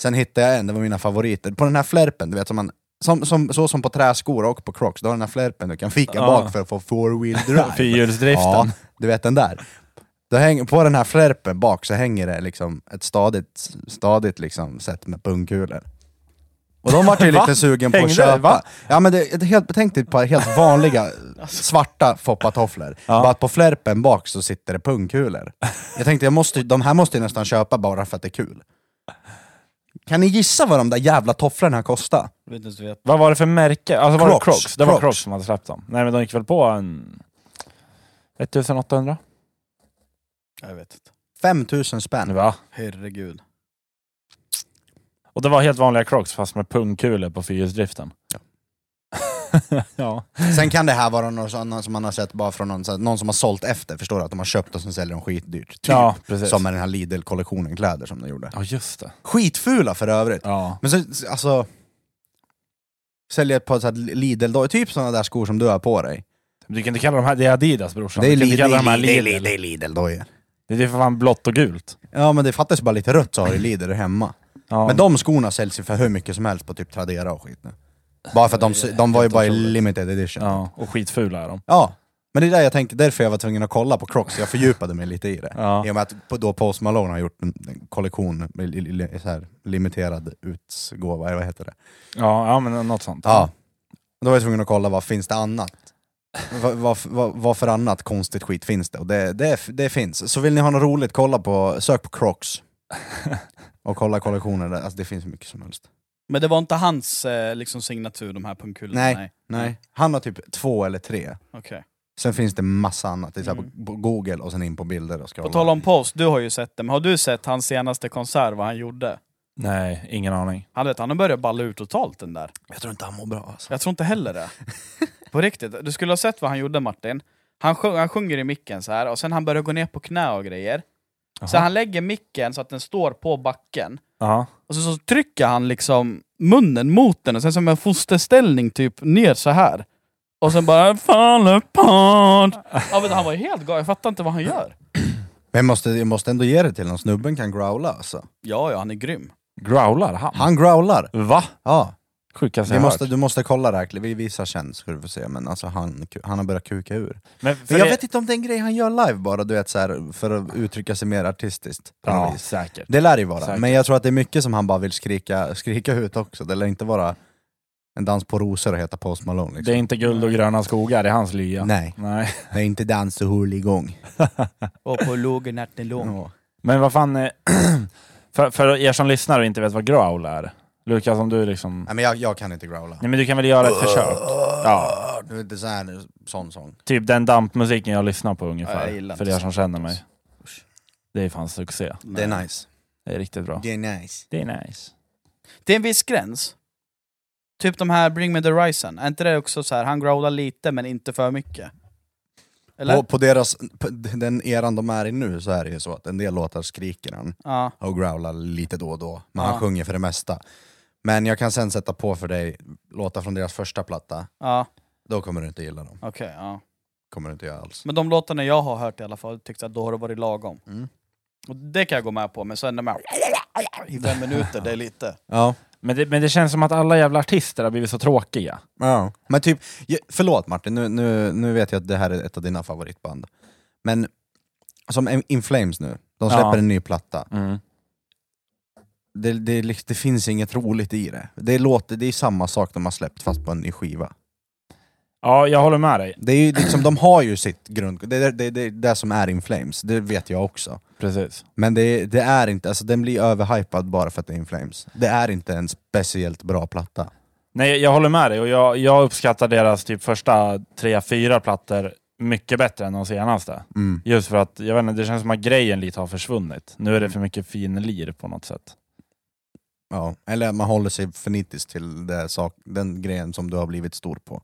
Sen hittade jag en, det var mina favoriter. På den här flärpen, du vet som man som, som, så som på träskor och på crocs, du har den här flärpen du kan fika Ja. bak för att få four wheel drive. Ja, Fyrhjulsdriften. du vet den där. Då häng, på den här flärpen bak så hänger det liksom ett stadigt, stadigt liksom sätt med pungkulor. Och de var ju Va? lite sugen på Hängde att det? Va? köpa. Ja, men det, det, helt, tänk dig ett par helt vanliga svarta foppatofflor. Alltså. Ja. Bara att på flärpen bak så sitter det pungkulor. Jag tänkte, jag måste, de här måste jag nästan köpa bara för att det är kul. Kan ni gissa vad de där jävla tofflorna kostar? Jag vet inte ens vet. Vad var det för märke? Alltså var det Crocs, Crocs? Det var Crocs. Crocs. som hade släppt dem. Nej men de gick väl på en... 1800? Jag vet inte. 5000 spänn. Va? Herregud. Och det var helt vanliga Crocs fast med pungkulor på fyrhjulsdriften. ja. Sen kan det här vara någon annan som man har sett bara från någon, så här- någon som har sålt efter, förstår du? Att de har köpt och sen säljer de skitdyrt. Typ. ja, precis. Som med den här Lidl-kollektionen kläder som de gjorde. Ja, just det. Skitfula för övrigt. Ja. Men så, alltså... Sälja ett par så här lidl då typ sådana där skor som du har på dig. Du kan inte kalla de här, det är Adidas brorsan. det, du är kan Lidl, inte kalla de här det är Lidl. Lidl, det är Lidl dojor. Det är för fan blått och gult. Ja men det fattas bara lite rött så har du Lidl hemma. Ja. Men de skorna säljs ju för hur mycket som helst på typ Tradera och skit nu. Bara för att de, Det är de var ju helt bara i otroligt. limited edition. Ja. ja, och skitfula är de. Men det är där jag tänkte, därför jag var tvungen att kolla på Crocs, jag fördjupade mig lite i det. Ja. I och med att på- då Post Malone har gjort en en kollektion med li- li- så här, limiterad utgåva, eller vad heter det? Ja, ja, men något sånt. Ja. Då var jag tvungen att kolla, vad finns det annat? Vad, vad, vad, vad för annat konstigt skit finns det? Och det, det, det finns. Så vill ni ha något roligt, kolla på, sök på Crocs. Och kolla kollektioner där, alltså det finns hur mycket som helst. Men det var inte hans eh, liksom, signatur, de här pungkulorna? Nej. Nej. Nej. Han har typ två eller tre. Okej. Sen finns det massa annat, det är så här Mm. på på google och sen in på bilder och På scrolla. tal om post, du har ju sett det, men har du sett hans senaste konsert, vad han gjorde? Nej, ingen aning. Han, vet, han har börjat balla ut totalt den där. Jag tror inte han mår bra alltså. Jag tror inte heller det. På riktigt, du skulle ha sett vad han gjorde Martin. Han, sjung, han sjunger i micken så här och sen han börjar gå ner på knä och grejer. Så Jaha. han lägger micken så att den står på backen. Ja. Och så, så trycker han liksom munnen mot den och sen som en fosterställning typ ner så här. Och sen bara fall apart. Ja, men han var ju helt galen, jag fattar inte vad han gör. Men jag måste, jag måste ändå ge det till honom, snubben kan growla alltså. Ja, ja, han är grym. Growlar han? Han growlar! Va? Ja. Sjukaste Vi jag måste, måste... hört. du måste kolla det här, vi visar sen så ska du få se, men alltså han, han har börjat kuka ur. Men för Men jag det- vet inte om det är en grej han gör live bara, du vet så här, för att uttrycka sig mer artistiskt. på något Ja, vis. säkert. Det lär det ju vara, Säkert. men jag tror att det är mycket som han bara vill skrika, skrika ut också, det lär inte vara en dans på rosor och heta Post Malone liksom. Det är inte guld och gröna skogar, det är hans lya. Nej, Nej. det är inte dans och hurligång. Och på låg natten lång. Ja. Men vad fan... eh, För, för er som lyssnar och inte vet vad growl är. Lukas, om du liksom... Nej men jag, jag kan inte growla. Nej men du kan väl göra ett försök? Ja. Du vet, Det är så här, sån sång. Typ den dampmusiken jag lyssnar på Ja, ungefär. jag gillar för inte er som sånt. känner mig. Det är fan succé. Det är nice. Det är riktigt bra. Det är nice. Det är nice. Det är en viss gräns. Typ de här Bring Me The Horizon, är inte det också så här, han growlar lite men inte för mycket? Eller? På, på deras, på den eran de är i nu så är det ju så att en del låtar skriker han Ja. och growlar lite då och då, men Ja. han sjunger för det mesta. Men jag kan sen sätta på för dig låtar från deras första platta, Ja, då kommer du inte gilla dem. okej. ja. kommer du inte göra alls. Men de låtarna jag har hört i alla fall, tyckte att då har det varit lagom. Mm. Och det kan jag gå med på, men sen de här i fem minuter, det är lite. Ja. Men det, men det känns som att alla jävla artister har blivit så tråkiga. ja. Men typ, jag- förlåt Martin, nu, nu, nu vet jag att det här är ett av dina favoritband. Men som In- In Flames nu, de släpper Ja. en ny platta. Mm. det, det, är likt- det finns inget roligt i det. Det, låter, det är samma sak de har släppt fast på en ny skiva. Ja, jag håller med dig. Det är ju liksom, de har ju sitt grund... Det är det, det, det, är det som är In Flames, det vet jag också. Precis. Men det, det är inte, alltså den blir överhypad bara för att det är In Flames. Det är inte en speciellt bra platta. Nej, jag håller med dig och jag, jag uppskattar deras typ första tre, fyra plattor mycket bättre än de senaste. Mm. Just för att, jag vet inte, det känns som att grejen lite har försvunnit. Nu Mm. är det för mycket finlir på något sätt. Ja. Eller att man håller sig för nitiskt till det sak, den grejen som du har blivit stor på.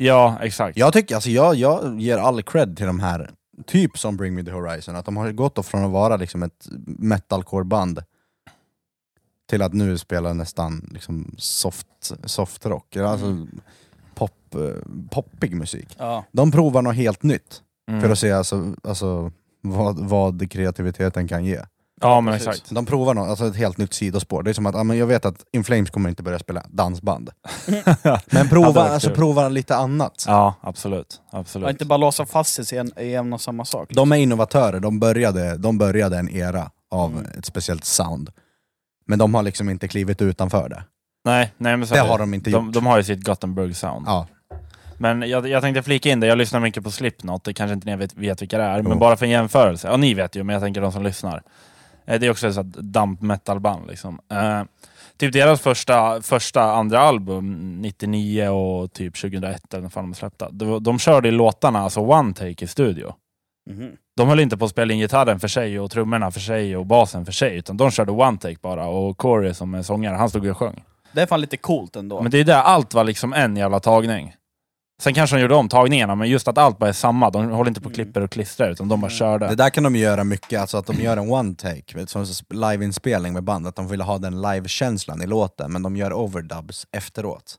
Ja, exakt. Jag tycker, alltså jag, jag ger all cred till de här, typ som Bring Me The Horizon, att de har gått från att vara liksom ett metalcore-band till att nu spela nästan liksom soft, soft rock, alltså Mm. pop, eh, poppig musik. Ja. De provar något helt nytt Mm. för att se alltså, alltså, vad, vad kreativiteten kan ge. Ja, men Precis. exakt. De provar något, alltså ett helt nytt sidospår. Det är som att, ja, men jag vet att In Flames kommer inte börja spela dansband. Men Ja, det prova, var alltså, kul. prova lite annat. Ja, absolut. Och absolut. inte bara låsa fast sig i en, i en och samma sak. liksom. De är innovatörer, de började, de började en era av Mm. ett speciellt sound. Men de har liksom inte klivit utanför det. Nej, nej, men så Det är har de inte de, gjort. de har ju sitt Gothenburg-sound. Ja. Men jag, jag tänkte flika in det, jag lyssnar mycket på Slipknot, det kanske inte ni vet, vet vilka det är, Jo. men bara för en jämförelse. Ja, ni vet ju, men jag tänker de som lyssnar. Eh, Det är också ett sånt dump metal-band liksom. Eh, typ deras första, första andra album, 99 och typ 2001 eller när fan de släppta, de, de körde ju låtarna, alltså one take i studio. Mhm. De höll inte på att spela in gitarren för sig och trummorna för sig och basen för sig, utan de körde one take bara. Och Corey som är sångare, han stod och sjöng. Det är fan lite coolt ändå. Men det är där allt var liksom en jävla tagning. Sen kanske de gjorde omtagningarna, men just att allt bara är samma. De håller inte på och Mm. klipper och klistrar, utan de bara Mm. körde. Det där kan de göra mycket, alltså att de gör en one take, vet, som sp- liveinspelning med band, att de vill ha den live-känslan i låten, men de gör overdubs efteråt.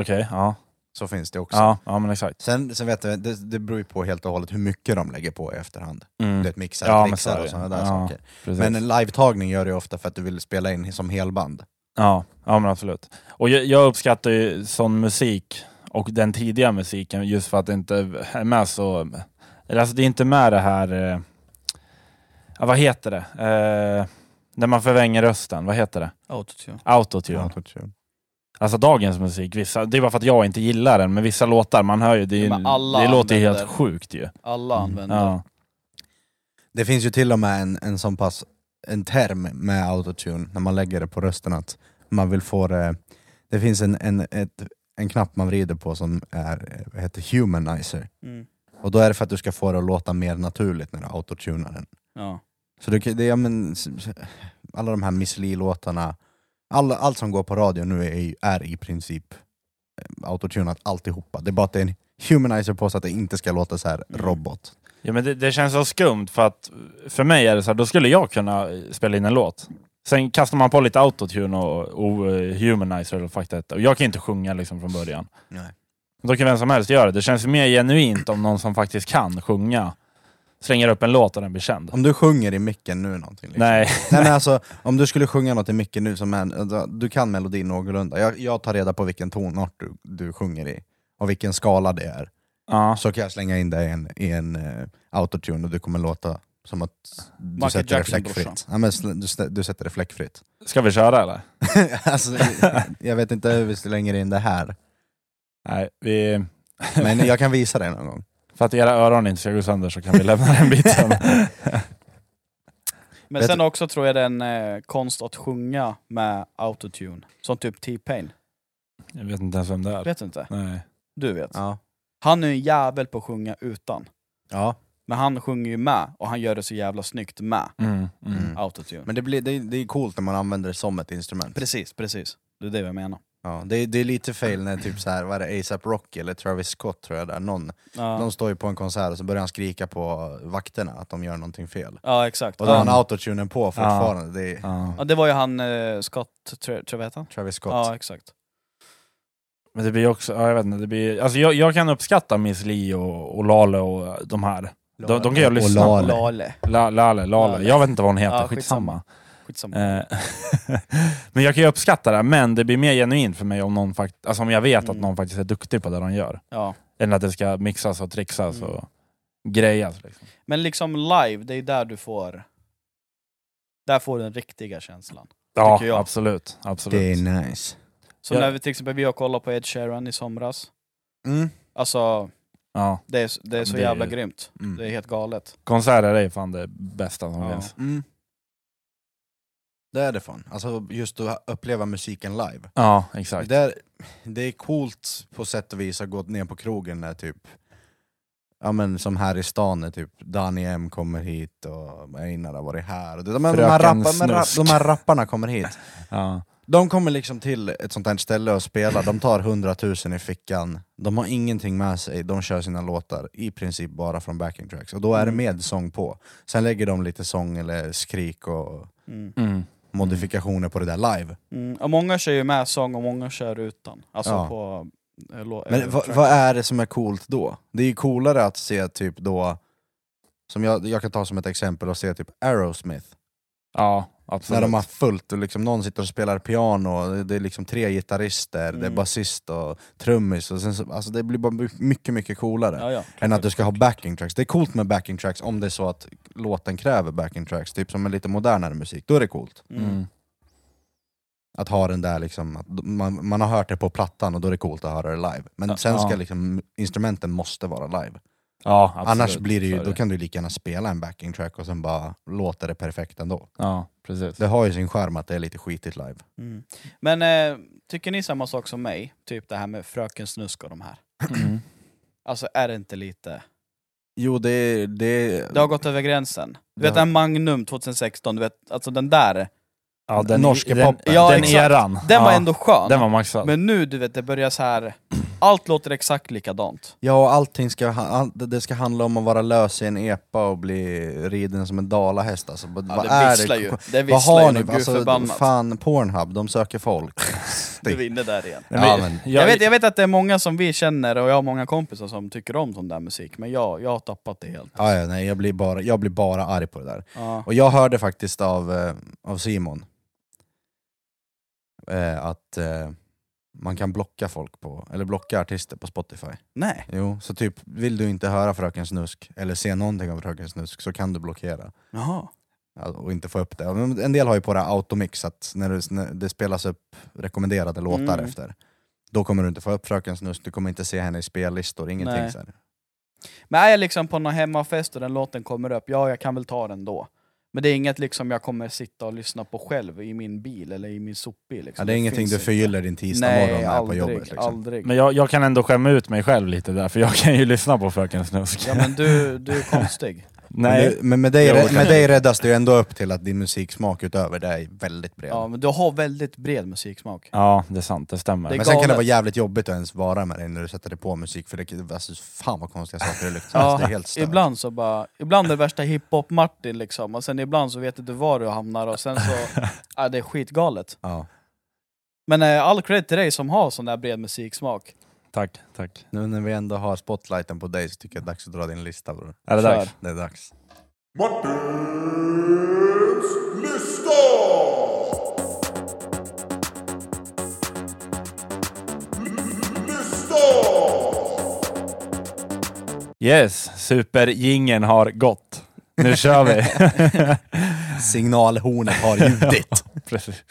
Okej, ja. Så finns det också. ja. Ja, men exakt. Sen, sen vet du, det, det beror ju på helt och hållet hur mycket de lägger på i efterhand. Mm. Du vet, mixar, Ja, ja, men så är mixar det. och sådana där Ja, saker. precis. Men en live-tagning gör du ofta för att du vill spela in som helband. Ja, ja men absolut. Och jag, jag uppskattar ju sån musik och den tidiga musiken just för att det inte är med så... Eller alltså det är inte med det här... Eh, ja, vad heter det? Eh, när man förvänger rösten, vad heter det? Autotune. Autotune. Autotune. Alltså dagens musik, vissa, det är bara för att jag inte gillar den, men vissa låtar man hör ju, det, är, ju- Ja, men alla det låter ju använder- helt sjukt ju. Alla Mm. använder. Ja. Det finns ju till och med en, en sån pass, en term med autotune, när man lägger det på rösten att man vill få det... Det finns en, en, ett, en knapp man vrider på som är, eh, heter humanizer. Mm. Och då är det för att du ska få det att låta mer naturligt när du autotunar den. Ja. Så du, kan- det, ja, men, s- s- alla de här Miss Li-låtarna, all, allt som går på radio nu är, ju- är i princip eh, autotunat alltihopa. Det är bara att det är en humanizer på så att det inte ska låta så här Mm. robot. Ja, men det, det känns så skumt för att för mig är det så här, då skulle jag kunna eh, spela in en låt. Sen kastar man på lite autotune och, och eh, humanizer eller fuck that. Och jag kan inte sjunga liksom från början. Nej. Då kan vem som helst göra det. Det känns ju mer genuint om någon som faktiskt kan sjunga slänger upp en låt och den blir känd. liksom. Om du sjunger i micken nu någonting liksom. Nej, Nej men alltså, om du skulle sjunga något i micken nu som är, du kan melodin någorlunda, jag, jag tar reda på vilken tonart du, du sjunger i och vilken skala det är, ja. så kan jag slänga in det i en, i en eh, autotune och du kommer låta som att du Michael sätter det Jackson, fläckfritt. brorsan. Ja, men sl- du, sä- du sätter det fläckfritt. ska vi köra eller? alltså, jag- jag vet inte hur vi slänger in det här, Nej, vi... men jag kan visa dig någon gång. för att era öron inte ska gå sönder så kan vi lämna den biten. Men Vet sen också tror jag det är en eh, konst att sjunga med autotune. Som typ T-Pain. jag vet inte ens vem det är. Vet du inte? Nej. Du vet. Ja. Han är ju en jävel på att sjunga utan. ja. Men han sjunger ju med, och han gör det så jävla snyggt med Mm, mm. Mm. autotune. Men det, blir, det, är- det är coolt när man använder det som ett instrument. Precis, precis. Det är det jag menar. Ja, det, är- det är lite fel när typ så här, vad är det, ASAP Rocky eller Travis Scott tror jag där, någon Ja, De står ju på en konsert och så börjar han skrika på vakterna att de gör någonting fel. ja exakt. Och då har han Ja. autotunen på fortfarande. Det är Ja. Ja, det var ju han eh, Scott, tror jag vet han? Travis Scott. Ja, exakt. Men det blir också, ja, jag vet inte, det blir, alltså jag, jag kan uppskatta Miss Li och, och Lale och de här. de- de kan jag lyssna på. Lale. Lale. La, Lale, Lale, Lale. jag vet inte vad hon heter, Ja, skitsamma. skitsamma. Skitsamma. Eh, men jag kan ju uppskatta det, men det blir mer genuint för mig om, någon fakt- alltså om jag vet att Mm. någon faktiskt är duktig på det de gör. Ja. Än att det ska mixas och trixas Mm. och grejas. Liksom. Men liksom live, det är där du får... Där får du den riktiga känslan. Ja, Tycker jag. absolut. absolut. Det är nice. Så Ja. när vi till exempel vi har kollat på Ed Sheeran i somras, Mm. alltså Ja. det är, det är så Det är jävla ju- grymt. Mm. Det är helt galet. Konserter är fan det bästa som Ja. finns. Mm. Det är det fan. Alltså just att uppleva musiken live. Ja, Det, exakt. där, det är coolt på sätt och vis att gå ner på krogen när typ Ja men som här i stan när typ Danny M kommer hit och Einar har varit här. Och de, de, här Fröken rappa, men rapp- Snusk. de här rapparna kommer hit. Ja. De kommer liksom till ett sånt här ställe och spelar, de tar 100 000 i fickan, de har ingenting med sig, de kör sina låtar i princip bara från backing tracks. Och då är det med sång på. Sen lägger de lite sång eller skrik och Mm. Mm. modifikationer på det där live. Mm. Och många kör ju med sång och många kör utan. Alltså Ja. på... eh, lå- eh, Men vad, track. vad är det som är coolt då? Det är ju coolare att se typ då, som jag, jag kan ta som ett exempel och se typ Aerosmith. ja, När absolut. de har fullt, och liksom, någon sitter och spelar piano, det är liksom tre gitarrister, det är Mm. basist och trummis. Och sen så, alltså det blir bara my- mycket, mycket coolare. Ja, ja. Än att du ska ha backing tracks. Det är coolt med backing tracks om det är så att låten kräver backing tracks, typ som en lite modernare musik. Då är det coolt. Mm. Mm. Att ha den där liksom, att man, man har hört det på plattan och då är det coolt att höra det live. Men Ja, sen ska ja. liksom, instrumenten måste vara live. Ja, absolut. Annars blir det Så är ju, då kan du lika gärna spela en backing track och sen bara låter det perfekt ändå. Ja, precis. Det har ju sin charm att det är lite skitigt live. Mm. Men eh, tycker ni samma sak som mig? Typ det här med Fröken Snusk och de här. Mm. Alltså är det inte lite... Jo, det, det, Det har gått över gränsen. Du Det vet har- den Magnum 2016, du vet, alltså den där. Ja, den, Norske den, poppen. Ja, Ja, den exakt. eran. Den var ja, ändå skön. Den var maxad. Men nu du vet, det börjar så här Allt låter exakt likadant. Ja, och allting ska, ha- all, det ska handla om att vara lös i en epa och bli riden som en dalahäst. Alltså, vad Ja, vad det är visslar det? ju. Det Vad visslar har ju, ni? men gud Alltså, förbannat. fan, Pornhub, de söker folk. Du är inne där igen. Ja, men, Jag vet, jag vet att det är många som vi känner, och jag har många kompisar som tycker om sån där musik, men jag, jag har tappat det helt. ja, ja, nej, jag, blir bara, jag blir bara arg på det där. Ja. Och jag hörde faktiskt av, eh, av Simon eh, att eh, man kan blocka folk på, eller blocka artister på Spotify. Nej. Jo, så typ vill du inte höra Fröken Snusk eller se någonting av Fröken Snusk så kan du blockera. Jaha. Alltså, och inte få upp det. Men En del har ju på det här automix, att när det, när det spelas upp rekommenderade låtar Mm. efter, då kommer du inte få upp Fröken Snusk, du kommer inte se henne i spellistor, ingenting. Nej. Så här. Men är jag liksom på någon hemmafest och den låten kommer upp, ja jag kan väl ta den då. Men det är inget liksom jag kommer sitta och lyssna på själv i min bil eller i min sopbil. Liksom. Ja, det är ingenting finns du inte. förgyller din tisdag Nej, morgon här på aldrig, jobbet. Liksom. aldrig. Men jag, jag kan ändå skämma ut mig själv lite där, för jag kan ju lyssna på Fröken Snusk. Ja men du, du är konstig. Nej. Men, du, men med, dig, Jo, med kanske. dig räddas du ju ändå upp till att din musiksmak utöver det är väldigt bred. Ja, men du har väldigt bred musiksmak. Ja, det är sant. Det stämmer. Det- men sen kan det galet. vara jävligt jobbigt att ens vara med dig när du sätter dig på musik, för det, alltså, fan vad konstiga saker det luktar. Ja, alltså, det är helt stört. Ibland så bara, ibland är det värsta hiphop-Martin liksom, och sen ibland så vet du inte var du hamnar och sen så, ja det är skitgalet. Ja. Men eh, all cred till dig som har sån där bred musiksmak. Tack, tack. Nu när vi ändå har spotlighten på dig så tycker jag det är dags att dra din lista bror. Är det Kör. dags? Det är dags. Martins lista! Lista! Yes, superjingeln har gått. Nu kör vi. Signalhornet har ljudit. Precis.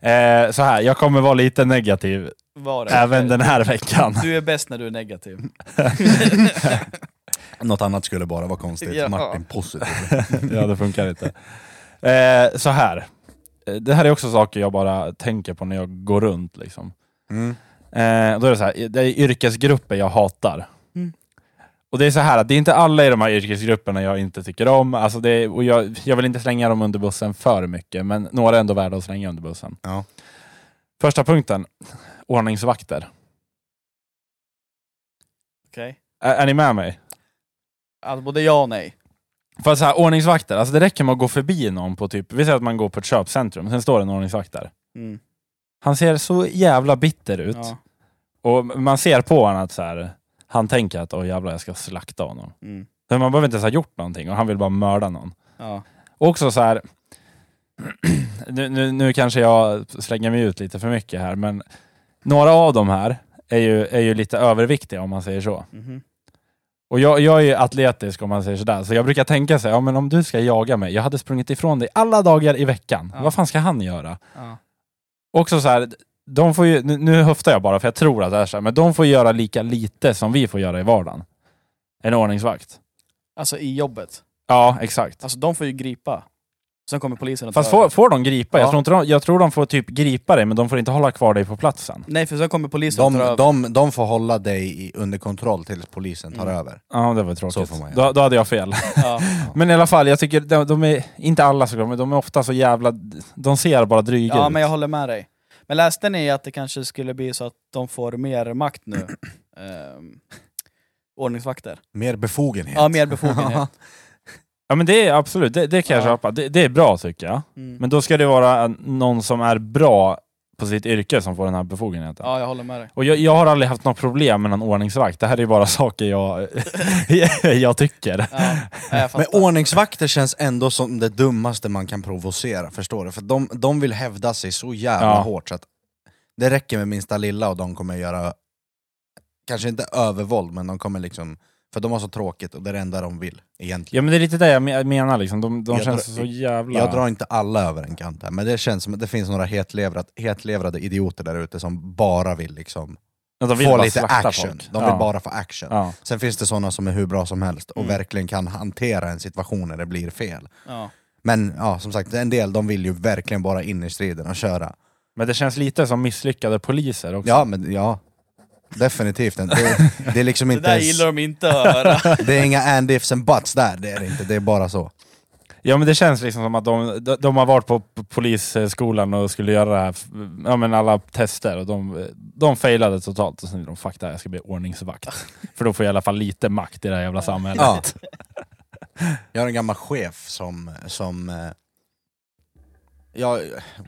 Eh, så här, jag kommer vara lite negativ Var det? även den här veckan. Du är bäst när du är negativ. Något annat skulle bara vara konstigt. Ja. Martin positiv. ja, det funkar inte. Eh, så här. Eh, Det här är också saker jag bara tänker på när jag går runt. Liksom. Mm. Eh, då är det så här, det är yrkesgrupper jag hatar. Mm. Och det är så här att det är inte alla i de här yrkesgrupperna jag inte tycker om. Alltså det är, och jag, jag vill inte slänga dem under bussen för mycket, men några är ändå värda att slänga under bussen. Ja. Första punkten, ordningsvakter. Okej? Är, är ni med mig? Alltså både ja och nej. För så här, ordningsvakter, alltså det räcker med att gå förbi någon på typ, vi säger att man går på ett köpcentrum, sen står det en ordningsvakt där. Mm. Han ser så jävla bitter ut. Ja. Och man ser på honom att så här, han tänker att åh jävlar jag ska slakta honom. Mm. Men man behöver inte ens ha gjort någonting och han vill bara mörda någon. Ja. Och också så här, nu, nu, nu kanske jag slänger mig ut lite för mycket här, men några av de här är ju, är ju lite överviktiga om man säger så. Mhm. Och jag, jag är ju atletisk om man säger sådär, så jag brukar tänka så här, ja men om du ska jaga mig, jag hade sprungit ifrån dig alla dagar i veckan, Ja. vad fan ska han göra? ja. också så här, de får ju, nu, nu höftar jag bara för jag tror att det är så här, men de får göra lika lite som vi får göra i vardagen. En ordningsvakt. Alltså i jobbet. Ja, exakt. Alltså de får ju gripa. Sen kommer polisen och tar Fast får, över. får de gripa? Jag, Ja. tror inte de, jag tror de får typ gripa dig, men de får inte hålla kvar dig på platsen. Nej för sen kommer polisen och tar De, över. de, de får hålla dig i, under kontroll tills polisen tar Mm. över. Ja, det var tråkigt. Så får man göra. då, då hade jag fel. Ja. men i alla fall, jag tycker de, de är, inte alla såklart, men de är ofta så jävla, de ser bara dryga ja ut. men jag håller med dig. Men läste ni att det kanske skulle bli så att de får mer makt nu? Ehm, ordningsvakter. Mer befogenhet. Ja, mer befogenhet. Ja, men det är absolut, det, det kan jag Ja. köpa. Det, det är bra tycker jag. Mm. Men då ska det vara någon som är bra på sitt yrke som får den här befogenheten. Ja, jag håller med dig. Och jag, jag har aldrig haft något problem med någon ordningsvakt. Det här är ju bara saker jag, jag tycker. Ja, ja, jag Men fattar. ordningsvakter känns ändå som det dummaste man kan provocera, förstår du? För de, de vill hävda sig så jävla Ja. hårt så att det räcker med minsta lilla och de kommer göra, kanske inte övervåld, men de kommer liksom, för de har så tråkigt och det är det enda de vill egentligen. Ja men det är lite det jag me- menar liksom. De, de Jag känns drar- så jävla... Jag drar inte alla över en kant här, men det känns som att det finns några hetlevrad, hetlevrade idioter där ute som bara vill liksom Ja, de vill få bara lite slakta action. folk. De vill ja. bara få action. Ja. Sen finns det sådana som är hur bra som helst och Mm. verkligen kan hantera en situation när det blir fel. Ja. Men ja, som sagt, en del de vill ju verkligen bara in i striden och köra. Men det känns lite som misslyckade poliser också. Ja, men ja. Definitivt. inte. Det, det är liksom Det inte där ens, gillar de inte att höra. det är inga and ifs and buts där, det är det inte. Det är bara så. Ja men det känns liksom som att de, de, de har varit på p- polisskolan och skulle göra det här, f- ja, men alla tester och de, de failade totalt. Och sen är de fuck det här, jag ska bli ordningsvakt. För då får jag i alla fall lite makt i det här jävla samhället. Ja. Jag har en gammal chef som... som eh, jag,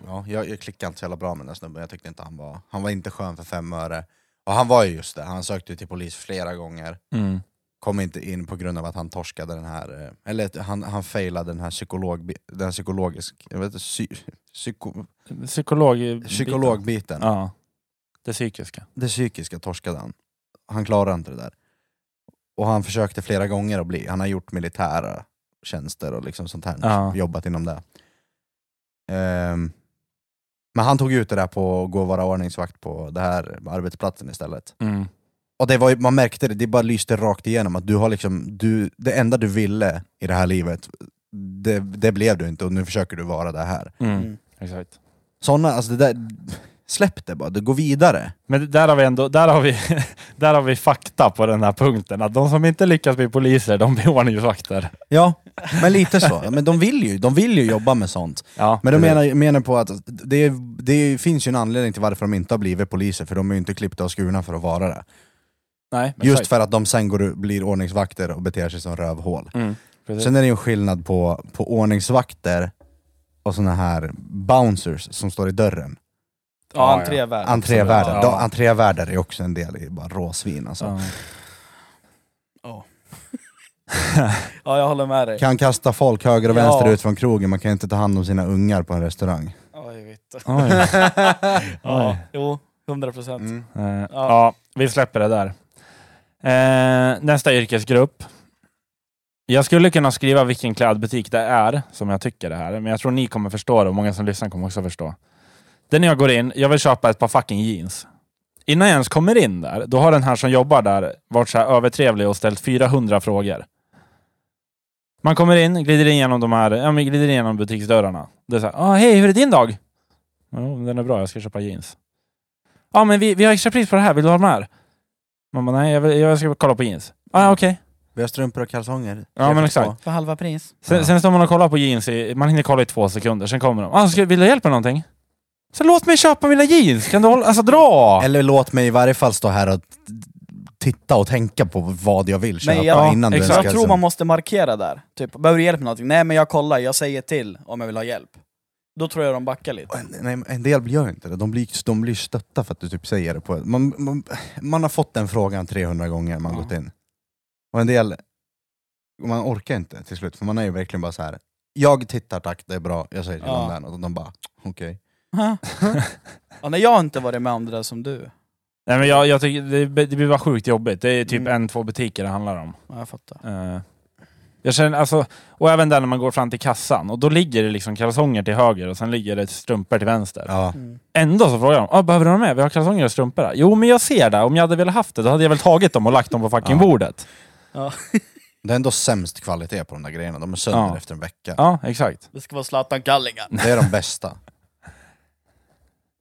ja, jag, jag klickade inte så jävla bra med den här snubben, jag tyckte inte han var... Han var inte skön för fem öre. Och han var ju just det, han sökte ju till polis flera gånger. Mm. Kom inte in på grund av att han torskade den här... eh, Eller han, han failade den här, psykolog, den här psykologisk... Jag vet inte, psy, psyko, Psykolog... psykologbiten. Ja. Det psykiska. Det psykiska torskade han. Han klarade inte det där. Och han försökte flera gånger att bli, han har gjort militära tjänster och liksom sånt här, Ja. jobbat inom det. Ehm, men han tog ut det där på att gå och vara ordningsvakt på det här arbetsplatsen istället. Mm. Och det var, ju- man märkte det, det bara lyste rakt igenom att du har liksom, du, det enda du ville i det här livet, det, det blev du inte och nu försöker du vara det här. Mm. Mm. Exakt. Såna, alltså det där, släpp det bara, du går vidare. Men där har vi ändå, där har vi, där har vi fakta på den här punkten. Att de som inte lyckas bli poliser, de blir ordningsvakter. Ja, men lite så. Men de vill ju, de vill ju jobba med sånt. Ja, Men de precis. menar, menar på att det, det finns ju en anledning till varför de inte har blivit poliser, för de är ju inte klippta och skurna för att vara det. Nej, men Just exakt. för att de sen går, och blir ordningsvakter och beter sig som rövhål. Mm, precis. Sen är det ju en skillnad på, på ordningsvakter och såna här bouncers som står i dörren. Ja, Ja, entrévärd. Entrévärdar. Ja. De- Entrévärdar är också en del i bara råsvin alltså. Ja. Ja, jag håller med dig. Kan kasta folk höger och Ja. vänster ut från krogen, man kan ju inte ta hand om sina ungar på en restaurang. Oj, vitt. Oj. Ja, jo, 100 procent. Mm. Eh, ja. vi släpper det där. Eh, nästa yrkesgrupp. Jag skulle kunna skriva vilken klädbutik det är som jag tycker det här, men jag tror ni kommer förstå det och många som lyssnar kommer också förstå. Det är när jag går in, jag vill köpa ett par fucking jeans. Innan jag ens kommer in där, då har den här som jobbar där varit så här övertrevlig och ställt 400 frågor. Man kommer in, glider in genom de här, ja men glider in genom butiksdörrarna. Det är så här, ah, hej hur är din dag? Jo, den är bra, jag ska köpa jeans. Ja, men vi, vi har extra pris på det här. Vill du ha de här? Man bara, nej, jag, vill, jag ska kolla på jeans. Ja, ah, okej. Vi har strumpor och kalsonger. Ja, men exakt. För halva pris. Sen, Ja. sen står man och kollar på jeans i, man hinner kolla i två sekunder. Sen kommer de. Ah, ska, vill du ha hjälp med någonting? Så låt mig köpa mina jeans. Kan du hålla, alltså dra! Eller låt mig i varje fall stå här och t- titta och tänka på vad jag vill köpa Men jag- innan du liksom. exakt. ens Jag ska- tror man måste markera där. Typ, behöver du hjälp med någonting? Nej men jag kollar, jag säger till om jag vill ha hjälp. Då tror jag de backar lite. En- Nej, en del gör inte det, de blir, de blir stötta för att du typ säger det på... Man, man, man har fått den frågan 300 gånger man Ja. gått in. Och en del... Man orkar inte till slut, för man är ju verkligen bara så här. Jag tittar tack, det är bra, jag säger till Ja. dem där, och de bara okej. Ja, nej, jag har inte varit med om det där som du. Nej, men jag, jag tycker det, det blir bara sjukt jobbigt. Det är typ Mm. en, två butiker det handlar om. Ja, jag fattar. Eh, jag känner, alltså, och även där när man går fram till kassan. Och då ligger det liksom kalsonger till höger och sen ligger det strumpor till vänster. Ja. Mm. Ändå så frågar de, ah, behöver du dem med? Vi har kalsonger och strumpor där. Jo, men jag ser det. Om jag hade velat haft det, då hade jag väl tagit dem och lagt dem på fucking Ja. bordet. Det är ändå sämst kvalitet på de där grejerna, de är sönder Ja. efter en vecka. Ja, exakt. Det ska vara Zlatan Kallingar. Det är de bästa.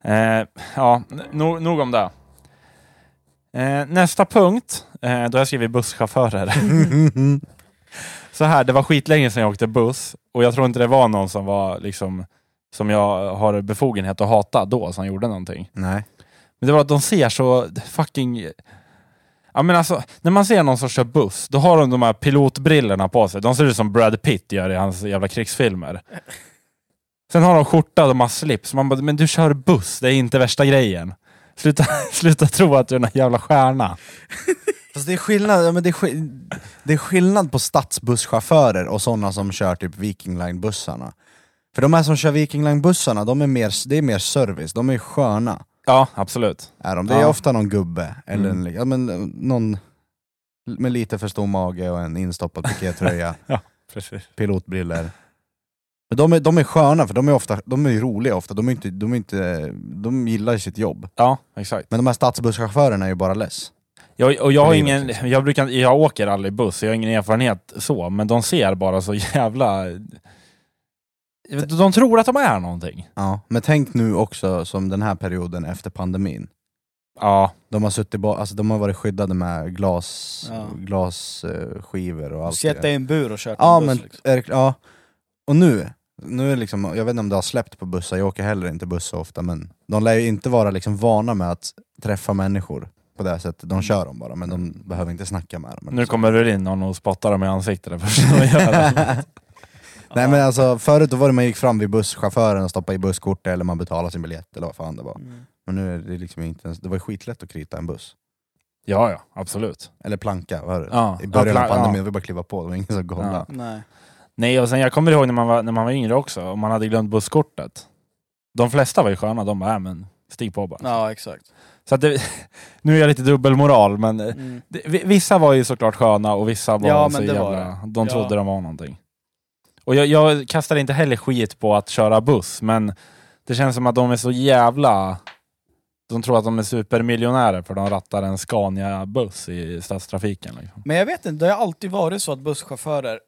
Eh, ja, n- nog, nog om det. Eh, nästa punkt, eh, då har jag skrivit busschaufförer. så här, det var skitlänge sedan jag åkte buss och jag tror inte det var någon som var liksom som jag har befogenhet att hata då, som gjorde någonting. Nej. Men det var att de ser så fucking... Ja men alltså, när man ser någon som kör buss, då har de de här pilotbrillorna på sig. De ser ut som Brad Pitt gör i hans jävla krigsfilmer. Sen har de skjorta och de har slips. Man bara, men du kör buss, det är inte värsta grejen. Sluta, sluta tro att du är någon jävla stjärna. Fast det är skillnad, ja, men det är, skill- det är skillnad på stadsbusschaufförer och sådana som kör typ Viking Line-bussarna. För de här som kör Viking Line-bussarna, de är mer, det är mer service, de är sköna. Ja, absolut. Är de. Det är Ja. ofta någon gubbe, eller Mm. en, ja, men, eh, någon med lite för stor mage och en instoppad pikétröja, Precis. pilotbriller. Men de är, de är sköna, för de är, ofta, de är ju roliga ofta, de, är inte, de, är inte, de gillar ju sitt jobb. Ja, exakt. Men de här stadsbusschaufförerna är ju bara less. Jag, och jag, har Livet, ingen, jag, brukar, jag åker aldrig buss, jag har ingen erfarenhet så, men de ser bara så jävla... De tror att de är någonting. Ja. Men tänk nu också, som den här perioden efter pandemin. Ja, De har, suttit ba- alltså, de har varit skyddade med glas, Ja. glasskivor och allt. Sätta i en bur och köra ja, en buss. men, liksom. är, ja. Och nu, nu är liksom, jag vet inte om det har släppt på bussar, jag åker heller inte buss så ofta, men de lär ju inte vara liksom vana med att träffa människor på det här sättet. Mm. De kör dem bara, men de behöver inte snacka med dem. Nu kommer det in någon och spottar dem i ansiktet det första de gör. Nej men alltså, förut då var det man gick fram vid busschauffören och stoppade i busskortet eller man betalade sin biljett eller vad fan det var. Mm. Men nu är det liksom inte ens, det var ju skitlätt att krita en buss. Ja, ja, absolut. Eller planka, vad var det? Ja, I början ja, av plan- pandemin, ja. vi bara kliva på, det var ingen som kollade. Ja. Nej. Nej, och sen jag kommer ihåg när man var, när man var yngre också, och man hade glömt busskortet. De flesta var ju sköna, de bara, äh, men stig på bara. Ja, exakt. Så att det, nu är jag lite dubbelmoral, men eh, Mm. det, vi- vissa var ju såklart sköna och vissa var Ja, men så det jävla... var De Ja. trodde de var någonting. Och jag, jag kastar inte heller skit på att köra buss, men det känns som att de är så jävla... De tror att de är supermiljonärer för de rattar en Scania-buss i stadstrafiken. Liksom. Men jag vet inte, det har alltid varit så att busschaufförer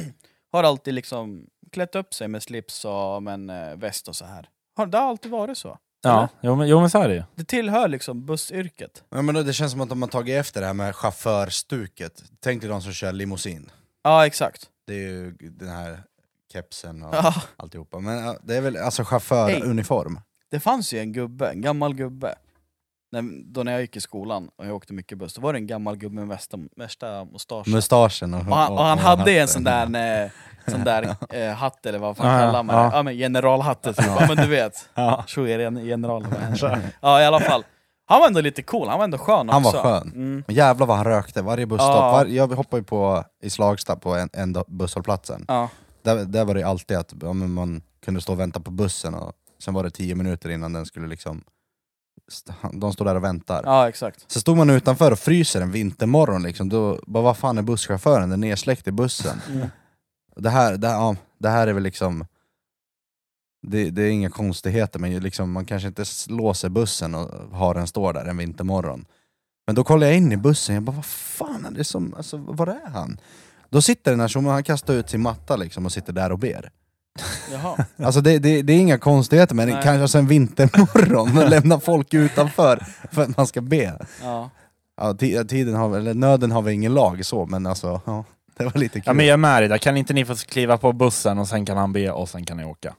har alltid liksom klätt upp sig med slips och med en eh, väst och så här. Har det har alltid varit så? Ja, jo men, jo men så är det ju. Det tillhör liksom bussyrket. Ja, men det känns som att de har tagit efter det här med chaufförstuket. Tänk dig de som kör limousin. Ja, exakt. Det är ju den här kepsen och Ja. alltihopa. Men ja, det är väl alltså Hej. chaufföruniform. Det fanns ju en gubbe, en gammal gubbe. När, då när jag gick i skolan och jag åkte mycket buss, då var det en gammal gubbe med värsta, värsta mustaschen. Mustaschen och, Och han, och han hade en hatten. sån där, eh, sån där eh, hatt eller vad Ja, fan kallar man ja. det? Ja men generalhatten, typ. ja men du vet. Ja. Tror jag är en general. Ja i alla fall. Han var ändå lite cool, han var ändå skön också. Han var skön. Mm. Men jävlar vad han rökte, varje busstopp. Ja. Var, jag hoppade ju på i Slagsta på en, en busshållplatsen. Ja. Där, där var det ju alltid att ja, men man kunde stå och vänta på bussen och sen var det tio minuter innan den skulle liksom... st- han- De står där och väntar. ja exakt. Så stod man utanför och fryser en vintermorgon, liksom. då bara vad fan är busschauffören? Den är nedsläckt i bussen. Mm. Det här, det, här, ja, det här är väl liksom... Det, det är inga konstigheter, men ju liksom, man kanske inte s- låser bussen och har den stå där en vintermorgon. Men då kollar jag in i bussen, jag bara vad fan är det som, alltså, var är han? Då sitter den här som han kastar ut sin matta liksom och sitter där och ber. Jaha. Alltså det, det, det är inga konstigheter, men Nej. kanske alltså en vintermorgon och lämna folk utanför för att man ska be. Ja. Ja, ti- tiden har, väl- eller nöden har väl ingen lag så, men alltså, ja, det var lite kul. ja, men jag är med dig där. Kan inte ni få kliva på bussen och sen kan han be och sen kan ni åka?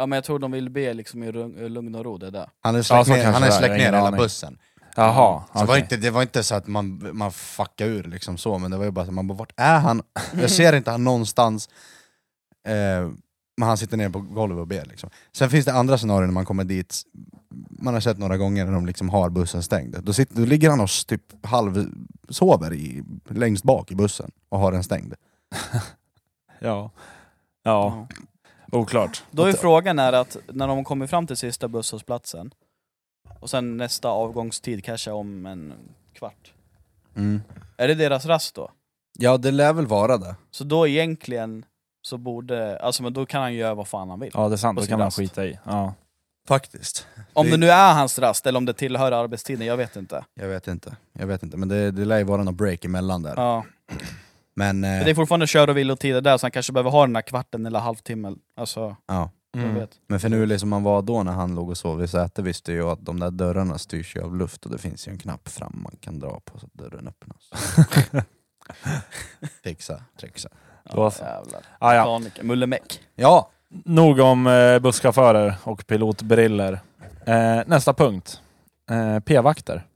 ja men jag tror de vill be liksom i rung- i lugn och ro, det är det. Han hade släckt så ner, kanske han hade det är, släckt jag har ner ingen hela aning. bussen. Jaha. Så det, var okej. inte, det var inte så att man, man fuckade ur liksom så, men det var ju bara att man bara, vart är han? Jag ser inte han någonstans. Eh, men han sitter ner på golvet och ber liksom. Sen finns det andra scenarier när man kommer dit, man har sett några gånger när de liksom har bussen stängd. Då, sitter, då ligger han och s- typ halvsover i, längst bak i bussen och har den stängd. Ja. Ja, oklart. Då är frågan är att när de kommer fram till sista busshållplatsen och sen nästa avgångstid kanske om en kvart. Är det deras rast då? Ja, det lär väl vara det. Så då egentligen så borde, alltså men då kan han göra vad fan han vill. Ja, det är sant. På Då sin kan man rast. skita i. Ja. Faktiskt. Om det det- nu är hans rast eller om det tillhör arbetstiden, jag vet inte. Jag vet inte, jag vet inte. men det, det lär ju vara någon break emellan där. Ja. Men, eh, Men det är fortfarande kör och vilotider där, så han kanske behöver ha den här kvarten eller halvtimmen. Alltså, ja. jag Mm. vet. men finurlig som han var då när han låg och sov i sätet visste jag att de där dörrarna styrs ju av luft och det finns ju en knapp fram man kan dra på så att dörren öppnas. Fixa, trixa. Då Ja, så. jävlar. Ah, ja. Mekaniker, mullemäck. Ja! Nog om eh, busschaufförer och pilotbriller. Eh, nästa punkt. Eh, P-vakter.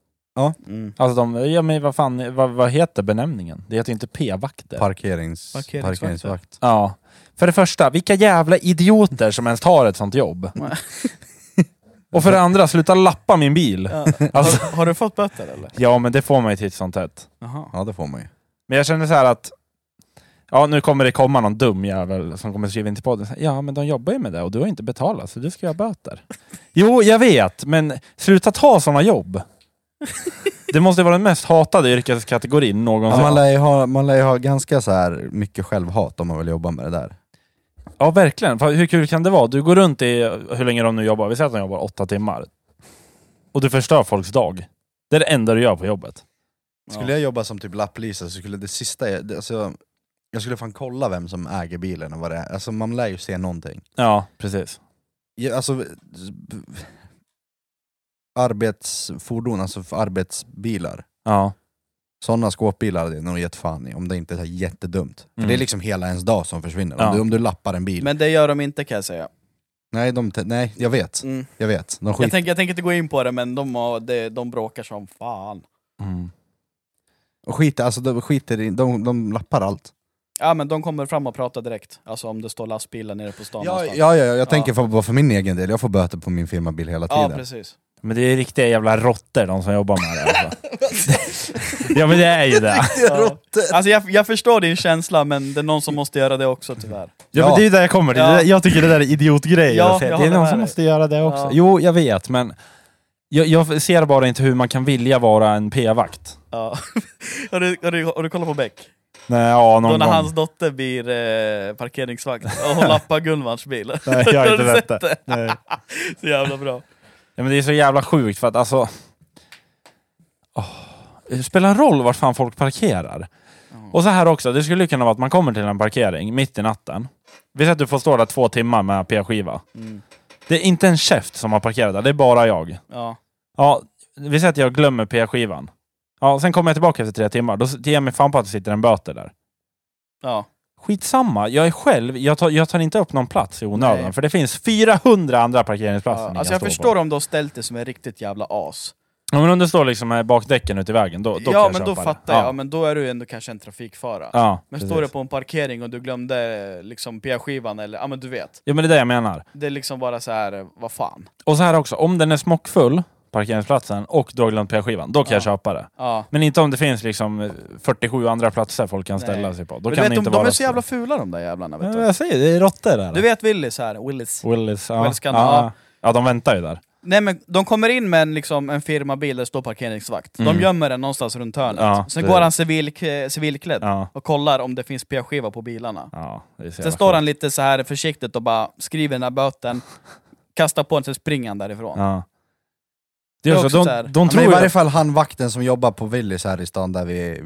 Mm. Alltså de, ja men vad fan, vad, vad heter benämningen? Det heter ju inte P-vakter. Parkerings, Parkeringsvakter. parkeringsvakt. parkeringsvakt. ja. För det första, vilka jävla idioter som ens tar ett sånt jobb. Nej. och för det andra, sluta lappa min bil. Ja. Alltså- Har, har du fått böter eller? Ja men det får man ju titt som tätt. Jaha. Ja det får man ju. Men jag känner så här att Ja, nu kommer det komma någon dum jävel som kommer skriva in till podden. Ja, men de jobbar ju med det och du har inte betalat så du ska ha böter. Jo, jag vet, men sluta ta sådana jobb. Det måste vara den mest hatade yrkeskategorin Ja, någonsin. man, lär ju ha, man lär ju ha ganska så här mycket självhat om man vill jobba med det där. Ja, verkligen. Fan, Hur kul kan det vara? Du går runt i, hur länge de nu jobbar, vi säger att de jobbar åtta timmar. Och du förstör folks dag. Det är det enda du gör på jobbet. Skulle jag jobba som typ lapplisa så skulle det sista, jag- det- alltså, jag skulle fan kolla vem som äger bilen och vad det är. Alltså man lär ju se någonting. Ja, precis. Ja, alltså, arbetsfordon, alltså för arbetsbilar. Ja. Sådana skåpbilar hade jag nog gett fan i, om det inte är så här jättedumt. För Mm. det är liksom hela ens dag som försvinner. Ja. Om, du, om du lappar en bil. Men det gör de inte kan jag säga. Nej, de, te- nej, jag vet. Mm. Jag vet. De skiter Jag, tänker, jag tänker inte gå in på det, men de, har, de, de bråkar som fan. Mm. Och skiter, alltså de, skiter i, de, de lappar allt. Ja men de kommer fram och pratar direkt, alltså om det står lastbilar nere på stan Ja, ja, någonstans. ja, jag tänker för, bara för min egen del, jag får böter på min firmabil hela ja tiden. precis. Men det är riktiga jävla råttor de som jobbar med det. Alltså. ja men det är ju det. Ja. Alltså jag, jag förstår din känsla, men det är någon som måste göra det också tyvärr. Ja, men det är ju där jag kommer till. Det Ja. där- Jag tycker det där är idiotgrejer. Ja, att säga. jag det är håller någon med som dig. måste göra det också. Ja. Jo, jag vet, men jag, jag ser bara inte hur man kan vilja vara en p-vakt. Ja. har, du, har, du, har du kollat på Beck? Nej, ja, Då någon när gång. hans dotter blir eh, parkeringsvakt och hon lappar Gunvans bil. Nej, jag har inte Har du vet sett det. Nej. Så jävla bra. Ja, men det är så jävla sjukt för att alltså... Åh, det spelar en roll vart fan folk parkerar. Och så här också, det skulle ju kunna vara att man kommer till en parkering mitt i natten. Vi säger att du får stå där två timmar med p-skiva. Mm. Det är inte en käft som har parkerat där, det är bara jag. Ja. Ja, vi säger att jag glömmer p-skivan. Ja, sen kommer jag tillbaka efter tre timmar. Då s- ger jag mig fan på att det sitter en böter där. Ja. Skitsamma, jag är själv. Jag tar, jag tar inte upp någon plats i onödan. Nej. För det finns 400 andra parkeringsplatser ja. ni Alltså kan jag stå förstår På. om du har ställt dig som en riktigt jävla as. Ja, men om du står liksom med bakdäcken ute i vägen, då, då kan ja jag men då köpa det. fattar jag, ja, men då är du ändå kanske en trafikfara. Ja, Men precis. står du på en parkering och du glömde eh, liksom p-skivan eller, ja men du vet. Ja, men det är det jag menar. Det är liksom bara så här, eh, vad fan. Och så här också, om den är smockfull, parkeringsplatsen, och du har glömt p-skivan, då kan Ja. jag köpa det. Ja. Men inte om det finns liksom eh, 47 andra platser folk kan Nej. ställa sig på. Då Men kan du det vet, inte de, de vara är så jävla fula de där jävlarna vet Ja, du. Jag säger det, är råttor där. Du vet Willis här, Willis. Willis, ja. Willis kan- ja. ja. ja, de väntar ju där. Nej men de kommer in med en, liksom, en firmabil där det står parkeringsvakt. Mm. De gömmer den någonstans runt hörnet. Ja, Sen det- går han civil, eh, civilklädd Ja. och kollar om det finns p-skiva på bilarna. Ja, det är så Sen jävla står sjukt. han lite så här försiktigt och bara skriver den här böten, kastar på den, sen springer han därifrån. Ja. Det Det är är också, också de, så här- de Ja, men tror I ju varje att, fall han vakten som jobbar på Willys här i stan, där vi,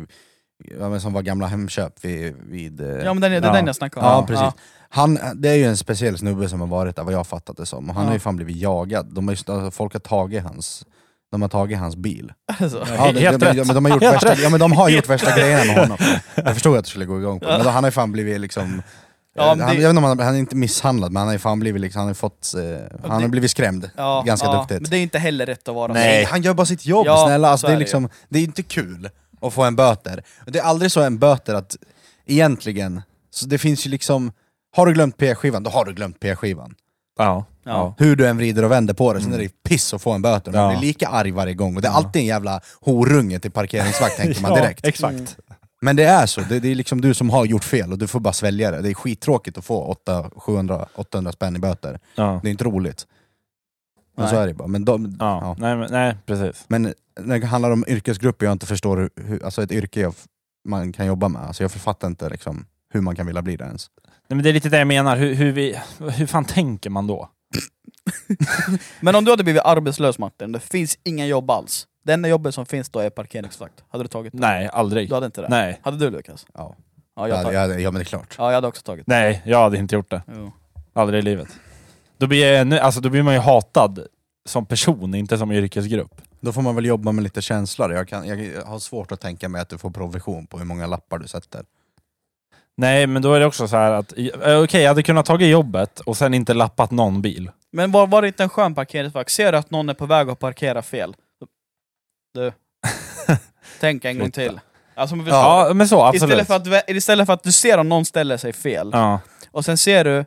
ja, men som var gamla Hemköp vid... vid eh, Ja men den, det är Ja. den jag snackar om. Ja, precis. Han, det är ju en speciell snubbe som har varit där, vad jag har fattat det som. Och han Ja. har ju fan blivit jagad. De har ju, alltså, folk har tagit hans, de har tagit hans bil. Alltså, Ja, de, helt de, de, rätt. de, de har gjort Helt värsta, ja, men de har gjort värsta grejerna med honom. Jag förstod att du skulle gå igång på det, men då, han har ju fan blivit liksom... Ja, eh, men han, det- jag vet inte om han, han är inte misshandlad, men han har ju fan blivit, liksom, han har fått, eh, han har det- blivit skrämd. ja, Ganska ja, duktigt. Men det är inte heller rätt att vara Nej, han gör bara sitt jobb Ja, snälla. Alltså, så det, är är det liksom, det är inte kul att få en böter. Det är aldrig så en böter att egentligen, så det finns ju liksom, har du glömt p-skivan, då har du glömt p-skivan. ja, ja. Ja. Hur du än vrider och vänder på det, sen är det piss att få en böter. Man Mm. Ja. blir lika arg varje gång och det är alltid en jävla horunge till parkeringsvakt tänker man Ja, direkt. exakt. Men det är så, det, det är liksom du som har gjort fel och du får bara svälja det. Det är skittråkigt att få 8, 700, 800 spänn i böter. Ja. Det är inte roligt. Men Nej. så är det bara. Men de, Ja. ja. Nej, men, nej, precis. Men när det handlar om yrkesgrupper jag inte förstår, hur, hur, alltså ett yrke jag, f- man kan jobba med, alltså jag författar inte liksom, hur man kan vilja bli det ens. Nej, men det är lite det jag menar, hur, hur, vi, hur fan tänker man då? Men om du hade blivit arbetslös Martin, det finns ingen jobb alls. Det enda jobbet som finns då är parkeringsvakt. Hade du tagit det? Nej, aldrig. Du hade inte det? Nej. Hade du Lukas? Ja. Ja, jag Ja, tar... ja, det- ja men det är klart. ja, jag hade också tagit det. Nej, jag hade inte gjort det. Jo. Aldrig i livet. Då blir, jag, ännu- alltså, då blir man ju hatad som person, inte som yrkesgrupp. Då får man väl jobba med lite känslor. Jag, kan, jag har svårt att tänka mig att du får provision på hur många lappar du sätter. Nej, men då är det också så här att, eh, okej, jag hade kunnat tagit jobbet och sen inte lappat någon bil. Men var, var det inte en skön parkeringsvakt? Ser du att någon är på väg att parkera fel? Du, tänk en gång Flytta. till. Alltså, men förstår Ja, men så, du? absolut. istället, för att, vä- istället för att du ser om någon ställer sig fel, Ja, och sen ser du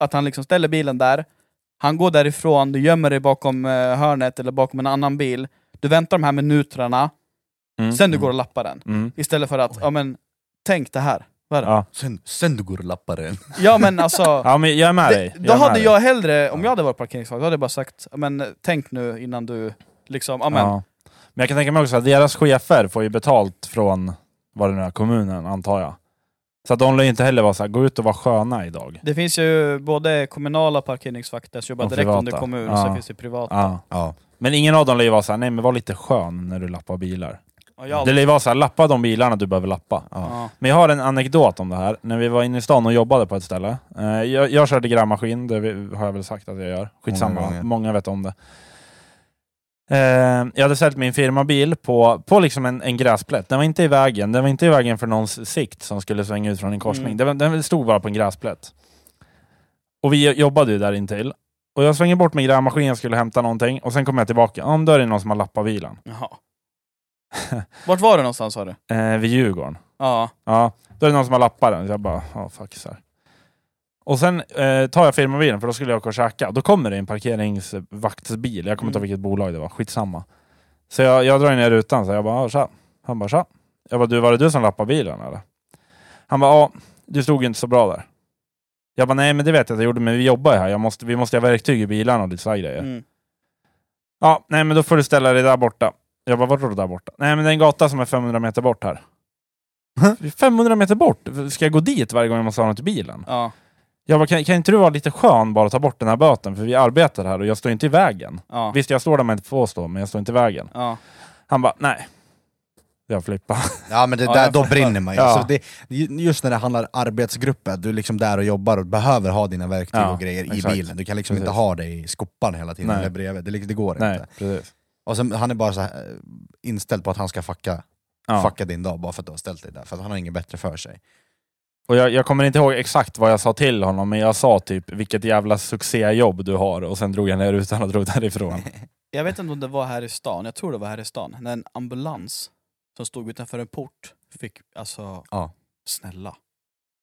att han liksom ställer bilen där, han går därifrån, du gömmer dig bakom eh, hörnet eller bakom en annan bil, du väntar de här minuterna, Mm, sen du mm, går och lappar den. mm. Istället för att, ja men, tänk det här. Vad är det? Ja. Sen, sen du går och lappar den. Ja men alltså, Ja, men jag är med det, dig. då är med hade dig. jag hellre, om jag hade varit parkeringsvakt, då hade jag bara sagt, ja men tänk nu innan du liksom, ja men, Ja. Men jag kan tänka mig också att deras chefer får ju betalt från, vad det nu är, kommunen antar jag. Så att de lär ju inte heller vara så här, gå ut och vara sköna idag. Det finns ju både kommunala parkeringsvakter som jobbar Och direkt under privata. kommun, Ja. sen finns det privata. Ja. Ja. Men ingen av dem lär ju vara så här, nej men var lite skön när du lappar bilar. Och jag, Det lär ju vara så här, lappa de bilarna du behöver lappa. ja. Men jag har en anekdot om det här. När vi var inne i stan och jobbade på ett ställe. Eh, jag, jag körde grävmaskin, det vi- har jag väl sagt att jag gör. Skitsamma, Många många, gånger. vet om det. Eh, jag hade ställt min firmabil på, på liksom en, en gräsplätt. Den var inte i vägen. Den var inte i vägen för någons sikt som skulle svänga ut från en korsning. Mm. Den, var- den stod bara på en gräsplätt. Och vi jobbade ju där intill. Och jag svänger bort med grävmaskinen, skulle hämta någonting. Och sen kommer jag tillbaka. Ja, men då är det någon som har lappat bilen. Jaha. Vart var det någonstans sa du? Eh, vid Djurgården. Ja. Ja, då är det någon som har lappat den. Så jag bara, ja fuck så här. Och sen eh, tar jag firmabilen för då skulle jag åka och käka. Då kommer det en parkeringsvaktsbil. Jag kommer inte ihåg Mm. vilket bolag det var. Skitsamma. Så jag, jag drar ner rutan. Så jag bara, "Ja, tja. Han bara, tja. Jag bara, du var det du som lappade bilen eller? Han bara, ja. Du stod ju inte så bra där. Jag bara, nej men det vet jag att jag gjorde, men vi jobbar ju här. Jag måste, vi måste ha verktyg i bilarna och lite sådana grejer. Mm. Ja, nej men då får du ställa dig där borta. Jag bara, vart då där borta? Nej men det är en gata som är 500 meter bort här. 500 meter bort? Ska jag gå dit varje gång jag måste ha något i bilen? Ja. Jag bara, kan, kan inte du vara lite skön bara och ta bort den här böten? För vi arbetar här och jag står inte i vägen. Ja. Visst, jag står där man inte får stå, men jag står inte i vägen. Ja. Han bara, nej. Jag flippar. Ja men det Ja, där, jag då fattar. brinner man ju. Ja. Så det, just när det handlar arbetsgrupper, du är liksom där och jobbar och behöver ha dina verktyg Ja, och grejer exakt. i bilen. Du kan liksom Precis. inte ha det i skopan hela tiden Nej. eller bredvid, det, li- det går nej, inte. precis. Och sen, han är bara så här, eh, inställd på att han ska fucka, Ja. fucka din dag bara för att du har ställt dig där, för att han har inget bättre för sig. Och jag, jag kommer inte ihåg exakt vad jag sa till honom, men jag sa typ vilket jävla succéjobb du har och sen drog jag ner rutan och drog därifrån. Jag vet inte om det var här i stan, jag tror det var här i stan, när en ambulans som stod utanför en port fick, alltså, Ja. snälla.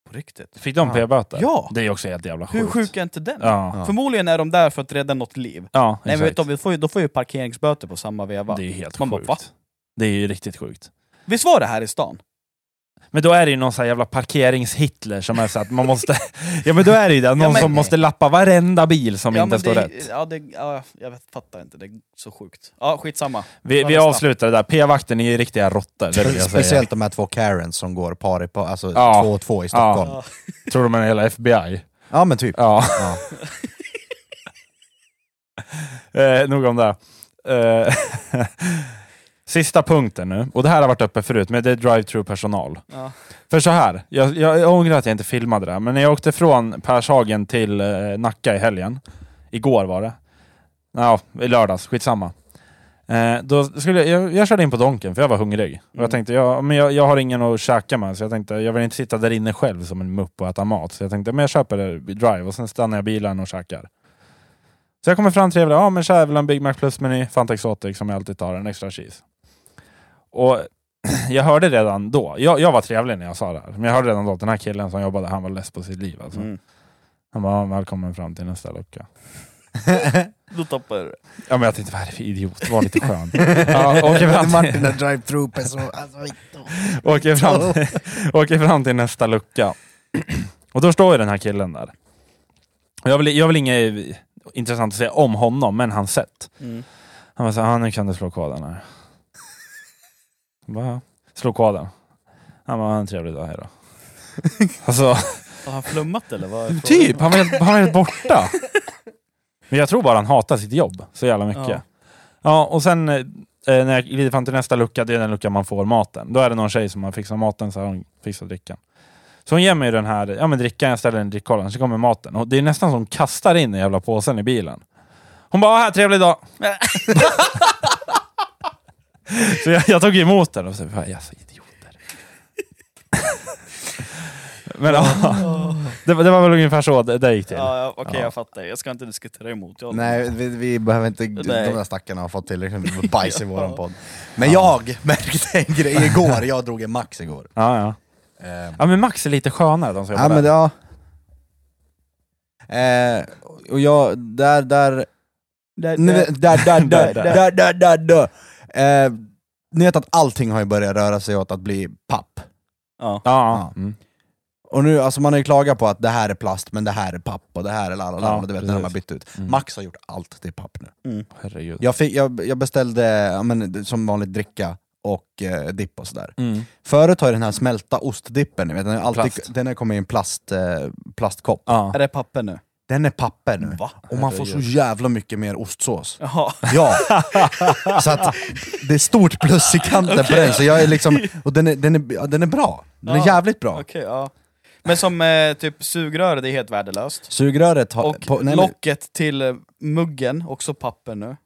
På riktigt. Fick de Ja. p-böter? Ja. Det är också helt jävla sjukt. Hur sjuk är inte den? Ja, Ja. Förmodligen är de där för att rädda något liv. ja Nej, men vet exakt. du, vi får ju, då får ju parkeringsböter på samma veva. Det är ju helt Man bara, sjukt. va? det är ju riktigt sjukt. Visst var det här i stan? Men då är det ju någon sån här jävla parkerings-Hitler som är så att man måste... ja men då är det ju det. Någon Ja, men- som måste lappa varenda bil som ja, inte men står det, rätt. Ja, det, ja, jag vet, fattar inte, det är så sjukt. Ja, skitsamma. Vi, vi nästa. avslutar det där. P-vakten är ju riktiga råttor, det vill jag säga. Speciellt de här två Karens som går par i par, alltså Ja. två och två i Stockholm. Ja, Ja. Tror de är hela FBI? men typ. Ja. Ja. Eh, nog om det. Eh, Sista punkten nu, och det här har varit uppe förut, men det är drive-through personal. Ja. För så här, jag, jag, jag ångrar att jag inte filmade det här, men när jag åkte från Pershagen till eh, Nacka i helgen, igår var det, ja, i lördags, skitsamma. Eh, då skulle jag, jag, jag körde in på Donken för jag var hungrig. Och jag Mm. tänkte, jag, men jag, jag har ingen att käka med, så jag tänkte, jag vill inte sitta där inne själv som en mupp och äta mat. Så jag tänkte, men jag köper det, Drive och sen stannar jag bilen och käkar. Så jag kommer fram till trevliga, ja men tja, jag vill ha en Big Mac plus-meny, Fanta Exotic som jag alltid tar, en extra cheese. Och jag hörde redan då, jag, jag var trevlig när jag sa det här, men jag hörde redan då att den här killen som jobbade, han var less på sitt liv alltså. Mm. Han bara, "Ja, välkommen fram till nästa lucka. Då tappar du det. Ja men jag tänkte, vad är det för idiot? Var lite skön. ja, åker fram till, Martin är drive-through person. Alltså, åker, fram, till- åker fram till nästa lucka. Och då står ju den här killen där. Och jag vill, jag vill inget eh, intressant att säga om honom, men hans sätt. Mm. Han var så här, ah, nu kan du slå koden här. Jag bara, "Ja." slå koden. Han bara, "Ha en trevlig dag, hejdå. alltså, Har han flummat eller? Vad är frågan? Typ, han var, helt, han var helt borta. Men jag tror bara han hatar sitt jobb så jävla mycket. Ja, Ja. och sen eh, när jag glider fram till nästa lucka, det är den lucka man får maten. Då är det någon tjej som har fixat maten, så har hon fixat drickan. Så hon ger mig den här ja, men drickan, jag ställer den i drickkolan, så kommer maten. Och det är nästan som hon kastar in den jävla påsen i bilen. Hon bara, "Ah, här, trevlig dag! så jag, jag tog emot den och så, fan, jag är så idioter. men ja, det, var- det var väl ungefär så det, det gick till. Ja, ja, Okej, Ja. jag fattar. Jag ska inte diskutera emot. Jag... Nej, vi, vi behöver inte... Nej. De där stackarna har fått tillräckligt med bajs i våran podd. Men jag märkte en grej igår, jag drog en Max igår. Ja, ja. Eh, ja, men Max är lite skönare de som Ja jobbar men där. ja. Eh, och jag, där, där, Där, nu där. vet- där, där, Där, där, där. där, där, där, där. Eh, ni vet att allting har ju börjat röra sig åt att bli papp. Ja. Ja, ja. Mm. Och nu, alltså man har ju klagat på att det här är plast, men det här är papp och det här är lalala, Ja, och du vet när de har precis. bytt ut. Mm. Max har gjort allt till papp nu. Herregud. Jag, fick, jag, jag beställde, ja, men, som vanligt, dricka och eh, dipp och sådär. Mm. Förut har ju den här smälta ostdippen, ni vet, den, har Plast. alltid, den har kommit i en plast, eh, plastkopp. Ja. Är det papper nu? Den är papper nu. Va? Och man får så jävla mycket mer ostsås. Jaha. Ja! Så att det är stort plus i kanten på den, så jag är liksom... Och den är, den är, ja, den är bra. Den Ja. är jävligt bra. Okej, ja. Men som eh, typ sugrör, det är helt värdelöst. Sugröret har... Och på- nej, men- locket till eh, muggen, också papper nu.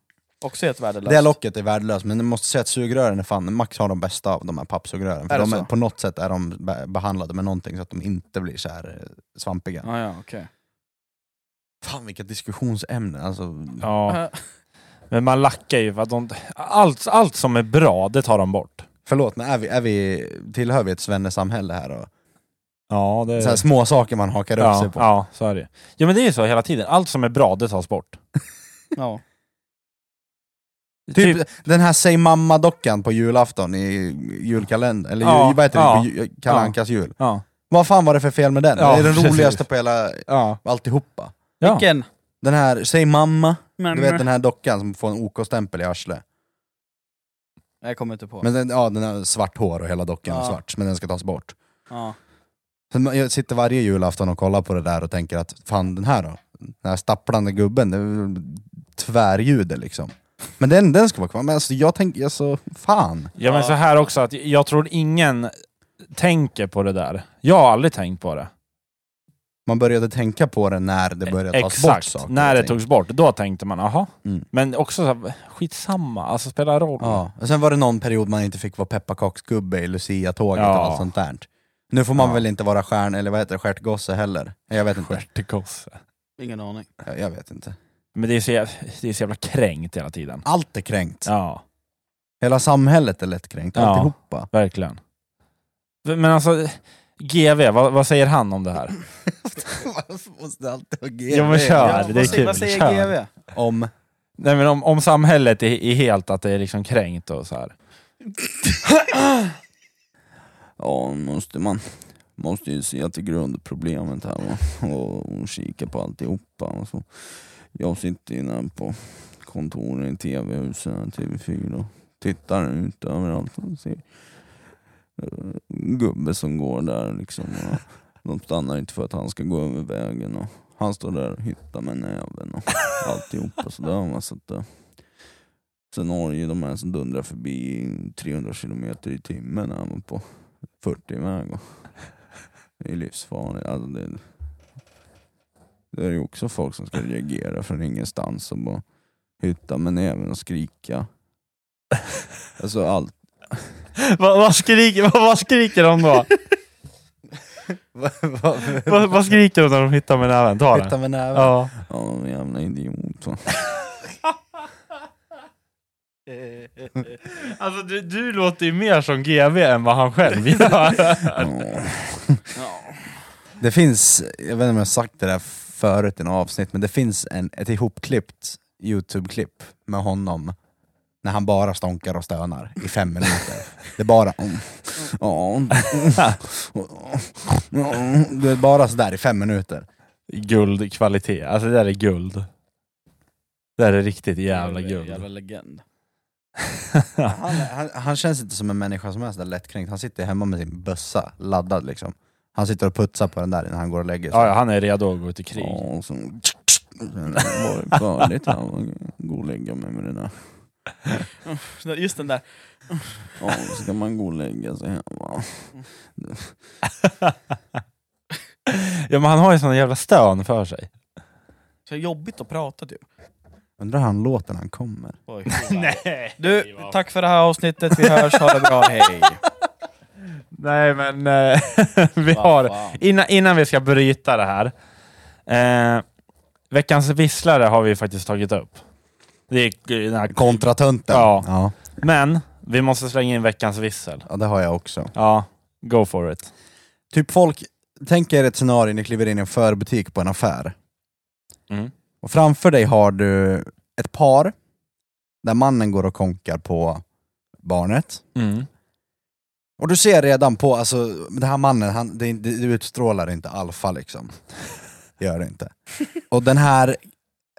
Också helt värdelöst. Det här locket är värdelöst, men du måste säga att sugrören är fan, Max har de bästa av de här pappsugrören. För Är det de är, så? på något sätt är de be- behandlade med någonting så att de inte blir så här eh, svampiga. ah, ja, okej. Fan vilka diskussionsämnen, alltså. Ja, Eh, men man lackar ju för att de... Allt, allt som är bra, det tar de bort. Förlåt, men är vi, är vi, tillhör vi ett svennesamhälle här? Och, Ja, det... Eh. så här små saker man hakar upp sig ja, på. ja, så är det ju. Ja, men det är ju så hela tiden. Allt som är bra, det tas bort. ja. Typ, den här Säg mamma-dockan på julafton i julkalendern, eller Ja, ju, vad heter ja, det? På ju, Kalle ja. Ankas jul. Ja. Vad fan var det för fel med den? Ja, det är den precis. roligaste på hela Ja. alltihopa. ja. Vilken? Den här Säg mamma, Men, du Mm. vet den här dockan som får en OK-stämpel i arslet. Jag kommer inte på. Men den, ja, den har svart hår och hela dockan är Ja. svart, men den ska tas bort. ja. Så man- jag sitter varje julafton och kollar på det där och tänker att fan den här då? Den här stapplande gubben, det är väl tvärljudet liksom. Men den, den ska vara kvar. Men alltså, jag tänker, alltså fan. Ja men Ja. så här också, att jag tror ingen tänker på det där. Jag har aldrig tänkt på det. Man började tänka på det när det började tas bort Exakt, saker. när och det ting. togs bort. Då tänkte man, aha. Mm. Men också så här, skitsamma, alltså spelar roll. Ja. Och sen var det någon period man inte fick vara pepparkaksgubbe i Lucia-tåget Ja. och allt sånt där. Nu får man Ja. väl inte vara stjärn, eller vad heter det, stjärtgosse heller? Jag vet inte. Stjärtekosse. Ingen aning. Jag, jag vet inte. Men det är, så jävla, det är så jävla kränkt hela tiden. Allt är kränkt. Ja, Hela samhället är lättkränkt, Ja. alltihopa. verkligen. Men alltså, GV, vad, vad säger han om det här? Varför måste det alltid vara GV? Ja, men kör. Ja, det är vad, säger- kul. vad säger Kör. GV? Om Nej men om, om samhället är, är helt att det är liksom kränkt och så här. Ja, måste man måste ju se till grundproblemet här va? Och, och kika på alltihopa. Och så. Jag sitter ju där på kontoret i TV-huset, här, TV4 och tittar ut överallt och ser eh, gubbe som går där liksom. Och de stannar inte för att han ska gå över vägen och han står där och hittar med näven och alltihopa sådär. Va? Så att, eh, sen har ju de här som dundrar förbi 300 kilometer i timmen här va, på 40 väg. och- Det är livsfarligt. Alltså det, det är ju också folk som ska reagera från ingenstans och bara hytta med näven och skrika. Alltså allt. vad, vad, skriker, vad, vad skriker de då? vad, vad skriker de när de hittar med näven? Ta den. med näven? Ja, Ja. ja jävla idiot. va. Alltså du, du låter ju mer som GV än vad han själv gör. Ja. Ja. Det finns, jag vet inte om jag har sagt det där förut i något avsnitt, men det finns en, ett ihopklippt YouTube-klipp med honom när han bara stånkar och stönar i fem minuter. Det är bara... Mm, ja, mm, mm, mm. det är bara sådär i fem minuter. Guldkvalitet. Alltså det där är guld. Det där är riktigt jävla Jävla guld. legend. Han, han, han känns inte som en människa som är sådär lättkränkt, han sitter hemma med sin bössa laddad liksom. Han sitter och putsar på den där innan han går och lägger sig. Ja, ja, han är redo att gå ut i krig. Ja, och så... Sen var det färdigt här, gå och lägga mig med den där. Just den där. Ja, så ska man gå och lägga sig hemma. Ja, men han har ju sån jävla stön för sig. Så jobbigt att prata typ. Undrar hur han låter när han kommer. Oj, Eh, du, tack för det här avsnittet. Vi hörs. Ha det bra. Hej. Nej, men eh, vi Vad har... fan. Innan, innan vi ska bryta det här. Eh, veckans visslare har vi faktiskt tagit upp. Det är den här Kontratönten. Ja. ja. Men vi måste slänga in veckans vissel. Ja, det har jag också. Ja, go for it. Typ folk, tänk er ett scenario, ni kliver in i en förbutik på en affär. Mm. Och framför dig har du ett par, där mannen går och konkar på barnet. Mm. Och du ser redan på, alltså den här mannen, han, det, det, det utstrålar inte alfa liksom. Gör det inte. Och den här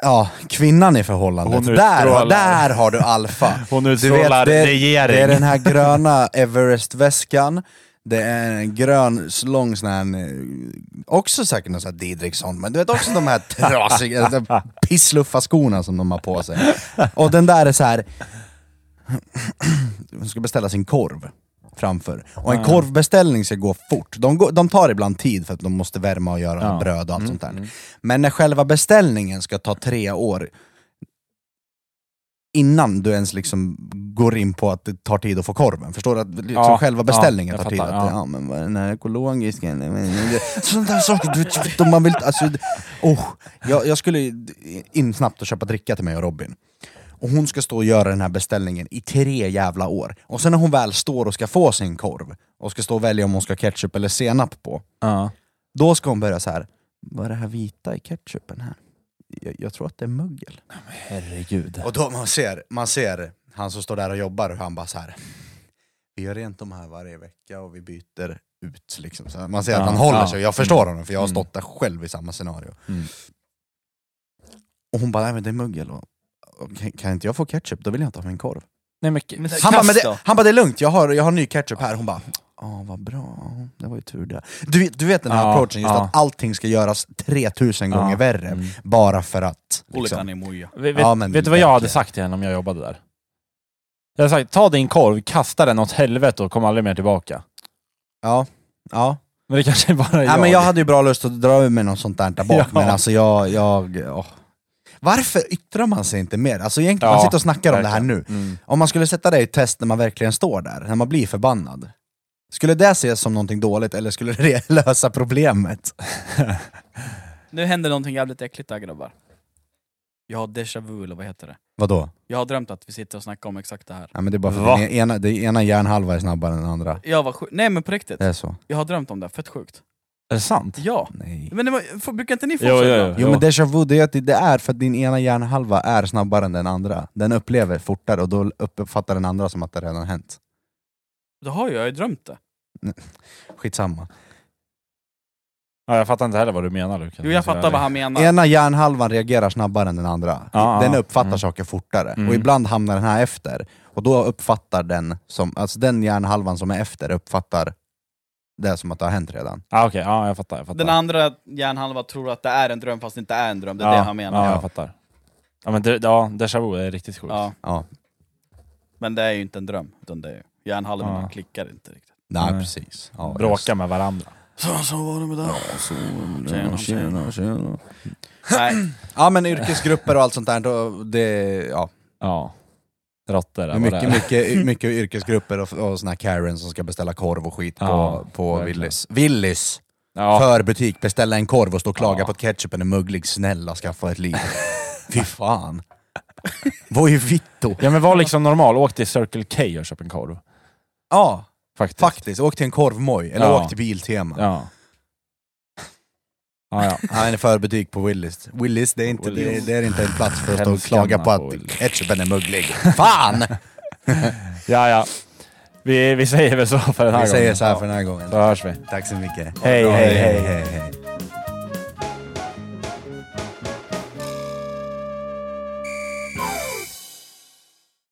ja, kvinnan i förhållandet, Hon där, utstrålar. där har du alfa. Hon utstrålar utstrålar det- regering. Det är den här gröna Everest-väskan, det är en grön, s- lång sån här, eh, också säkert någon sån här Didriksson, men du vet också de här trasiga, de här pissluffa-skorna som de har på sig. Och den där är så här. hon ska beställa sin korv framför. Och en korvbeställning ska gå fort. De, går, de tar ibland tid för att de måste värma och göra Ja. bröd och allt Mm. sånt där. Men när själva beställningen ska ta tre år, innan du ens liksom går in på att det tar tid att få korven. Förstår du? Att liksom Ja, själva ja, beställningen jag tar tid. fattar, att, ja. ja. men vad är den här ekologisk? eller? Men- det- Sådana där saker. Du, vet, om man vill, alltså, det- oh, jag, jag skulle in snabbt och köpa dricka till mig och Robin. Och hon ska stå och göra den här beställningen i tre jävla år. Och sen när hon väl står och ska få sin korv, och ska stå och välja om hon ska ha ketchup eller senap på. Ja. Då ska hon börja så här. vad är det här vita i ketchupen här? Jag, jag tror att det är mögel. Herregud. Och då man ser, man ser han som står där och jobbar och han bara så här. Vi gör rent de här varje vecka och vi byter ut. Liksom. Så här, man ser att Ja, han håller ja. sig, jag förstår honom för jag har Mm. stått där själv i samma scenario. Mm. Och hon bara, nej men det är mögel. Och, och, kan, kan inte jag få ketchup? Då vill jag inte ha min korv. Nej, men, Men det- Han bara, men Kast det, då. han bara, det är lugnt, jag har, jag har ny ketchup här. Hon bara, ja vad bra, det var ju tur det. Du, vet- du vet den här Ja, approachen, just ja. att allting ska göras 3000 gånger Ja, värre. mm. Bara för att... Olika Liksom, animoja. Vet, vet, Ja, men vet du vad jag hade verkligen. sagt till henne om jag jobbade där? Jag hade sagt, ta din korv, kasta den åt helvete och kom aldrig mer tillbaka. ja, ja. Men det kanske är bara är Nej, men jag hade ju bra lust att dra ur mig något sånt där, där bak, Ja. men alltså jag... jag åh. Varför yttrar man sig inte mer? Alltså egentligen, man Ja, sitter och snackar om det här nu. verkligen. Mm. Om man skulle sätta det i test när man verkligen står där, när man blir förbannad. Skulle det ses som någonting dåligt eller skulle det lösa problemet? Nu händer någonting jävligt äckligt där grabbar. Jag har déjà vu eller vad heter det? Vadå? Jag har drömt att vi sitter och snackar om exakt det här. Ja, men det är bara för Va? att den ena, det ena hjärnhalva är snabbare än den andra. Jag var sjuk. Nej men på riktigt, Det är så. jag har drömt om det, fett sjukt. Är det sant? Ja! Nej. Men det var, får- brukar inte ni få Jo, så jo, ibland? jo. Jo men déjà vu, det är, att det är för att din ena hjärnhalva är snabbare än den andra. Den upplever fortare och då uppfattar den andra som att det redan har hänt. Då har jag ju drömt det. Skitsamma. Ja, jag fattar inte heller vad du menar Lukas. Alltså, Jo jag fattar vad han menar. Ena hjärnhalvan reagerar snabbare än den andra. Ja, den ja. uppfattar Mm. saker fortare. Mm. Och ibland hamnar den här efter. Och då uppfattar den, som, alltså den hjärnhalvan som är efter uppfattar det som att det har hänt redan. Ah, Okej, ja, jag fattar. Jag fattar. Den andra hjärnhalvan tror att det är en dröm fast det inte är en dröm, det är det han menar. Ja, Ja. jag fattar. Ja, men det, ja, déjà vu är riktigt sjukt. Ja. Men det är ju inte en dröm, utan det är ju hjärnhalvorna Ja. klickar inte riktigt. Nej, Nej. precis. Ja, Bråka med varandra. Så, så var det med det. just- Så, Tjena, tjena, tjena. Nej, Ja men yrkesgrupper och allt sånt där, då, det, ja. Ja. Råttor, det eller är vad det mycket, är. mycket, mycket yrkesgrupper och, och såna här Karen som ska beställa korv och skit på, Ja, på verkligen. Willys. Willys! Ja, för butik, beställa en korv och stå och klaga Ja. på att ketchupen är möglig. Snälla skaffa ett liv. Fy fan. Vad är vitto? ja, men var liksom normal. Åk till Circle K och köp en korv. Ja, Faktiskt. faktiskt. Åk till en korvmoj, eller Ja. åk till Biltema. Ja. Ja. Ja, ja. Nej, en förbutik på Willys. Willys, det är inte, Willys. Det, det är inte en plats för att stå och Hemskt klaga gärna på på att Willys. ketchupen är möglig. Fan! ja, ja. Vi, vi säger väl så för den här Vi gången. säger så här för den här gången. Då hörs vi. Tack så mycket. Hej, Ja, hej, hej, hej. hej.